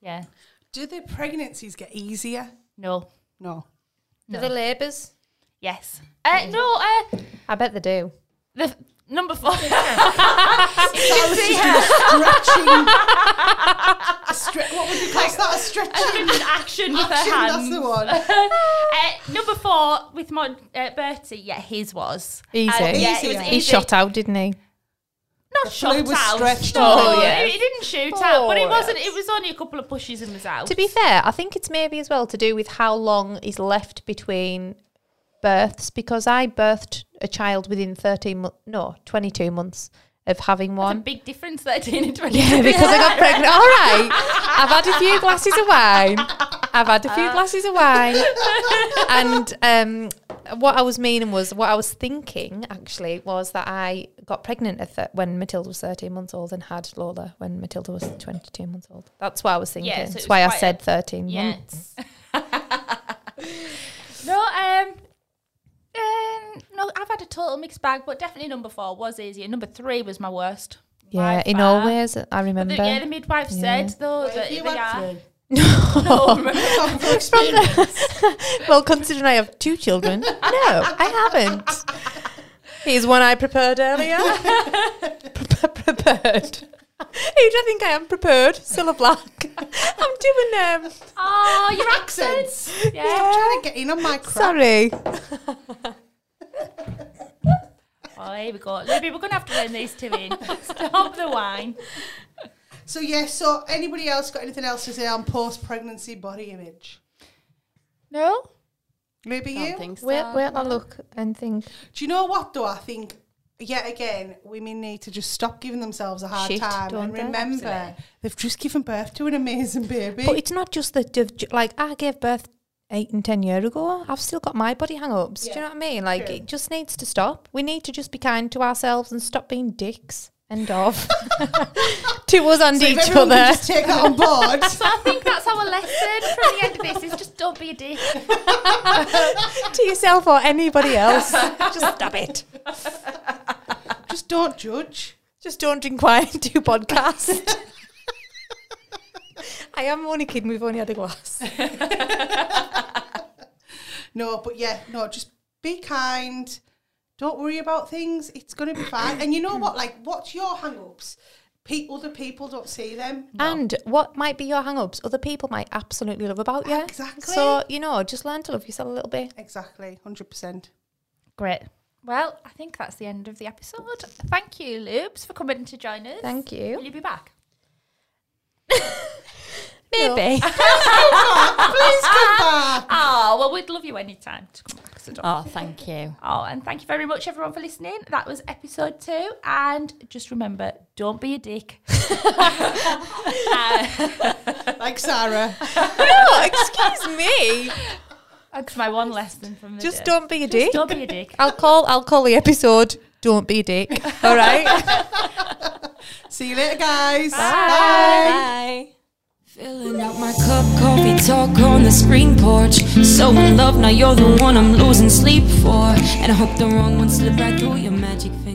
S2: yeah
S4: Do the pregnancies get easier?
S2: no
S4: No.
S3: Do the labours?
S2: yes uh, no uh
S3: I bet they do.
S2: the f- number four
S4: That was just a stretching. A stre- what would you class that? A stretching
S2: did an action with
S4: action?
S2: her
S4: That's
S2: hands
S4: the one.
S2: uh, number four with my uh, bertie yeah his was
S3: Easy.
S2: Uh, yeah, it
S4: Easier.
S2: was
S4: He
S2: easy.
S3: He shot out, didn't he?
S2: not shot
S4: flu was
S2: out
S4: stretched
S2: no,
S3: out. Yeah.
S2: it, it didn't shoot out but it
S3: Four.
S2: wasn't it was only a couple of pushes and was out
S3: To be fair, I think it's maybe as well to do with how long is left between births because I birthed a child within 13, mo- no, 22 months of having
S2: That's
S3: one.
S2: a big difference, 13 and 20.
S3: Yeah, because I got pregnant. All right. I've had a few glasses of wine. I've had a
S2: Uh.
S3: few glasses of wine. And um, what I was meaning was, what I was thinking actually was that I got pregnant at th- when Matilda was 13 months old and had Lola when Matilda was 22 months old. That's what I was thinking.
S2: so it
S3: That's
S2: was
S3: why I
S2: quite a-
S3: said 13
S2: Yeah.
S3: months.
S2: no, um, um, no, I've had a total mixed bag, but definitely number four was easier. Number three was my worst.
S3: Yeah,
S2: By
S3: in
S2: far.
S3: all ways, I
S2: The,
S3: remember.
S2: yeah, the midwife
S3: Yeah.
S2: said, though,
S4: Well,
S2: that
S4: if
S2: they
S4: you went
S2: are.
S4: through
S2: No, remember-
S4: some experience,
S3: well, considering I have two children, no, I haven't. Here's one I prepared earlier. Pre- prepared. Who do I think I am? Prepared. Silla Black. I'm doing um.
S2: oh, your accents.
S4: accents.
S2: Yeah.
S4: Trying to get in on my crap.
S3: Sorry.
S2: Oh, here we go. Libby, we're going to have to learn these two in. Stop the wine.
S4: So yeah. So anybody else got anything else to say on post-pregnancy body image?
S2: No?
S4: Maybe
S5: I
S4: you.
S5: don't think so.
S3: Wait, wait, I look and think.
S4: Do you know what though? I think yet again women need to just stop giving themselves a hard
S3: Shit,
S4: time
S3: don't
S4: and
S3: they?
S4: remember they've just given birth to an amazing baby.
S3: But it's not just that they've ju- like I gave birth eight and ten year ago. I've still got my body hang-ups. Do
S4: Yeah,
S3: you know what I mean? Like
S4: true.
S3: it just needs to stop. We need to just be kind to ourselves and stop being dicks. End of. to us and
S4: so if
S3: each
S4: everyone
S3: other.
S4: can just take that on board.
S2: I think that's our lesson from the end of this is just don't be a dick.
S3: to yourself or anybody else. just stop it.
S4: just don't judge.
S3: Just don't drink wine. Do podcast. I am only kidding. We've only had a glass.
S4: No, but yeah, no, just be kind. Don't worry about things. It's going to be fine. And you know what? Like, what's your hang ups? Pe- other people don't see them.
S3: And what might be your hang-ups, other people might absolutely love about you.
S4: Exactly.
S3: So, you know, just learn to love yourself a little bit.
S4: Exactly, 100%.
S2: Great. Well, I think that's the end of the episode. Thank you, Lubes, for coming to join us.
S3: Thank
S2: Will
S3: you.
S2: you be back?
S4: Please
S3: Maybe.
S4: come back.
S2: Oh, well, we'd love you anytime to come back. So don't.
S3: Ah.
S5: Oh, thank you.
S2: Oh, and thank you very much, everyone, for listening. That was episode two. And just remember, don't be a dick.
S4: Like Sarah.
S3: no, excuse me.
S2: That's my one lesson from the
S3: Just
S2: day.
S3: don't be a
S2: Just
S3: dick.
S2: don't be a dick.
S3: I'll call I'll call the episode Don't Be a Dick. All right.
S4: See you later, guys.
S5: Bye.
S1: Filling up my cup, coffee talk on the screen porch. So in love, now you're the one I'm losing sleep for. And I hope the wrong one slipped right through your magic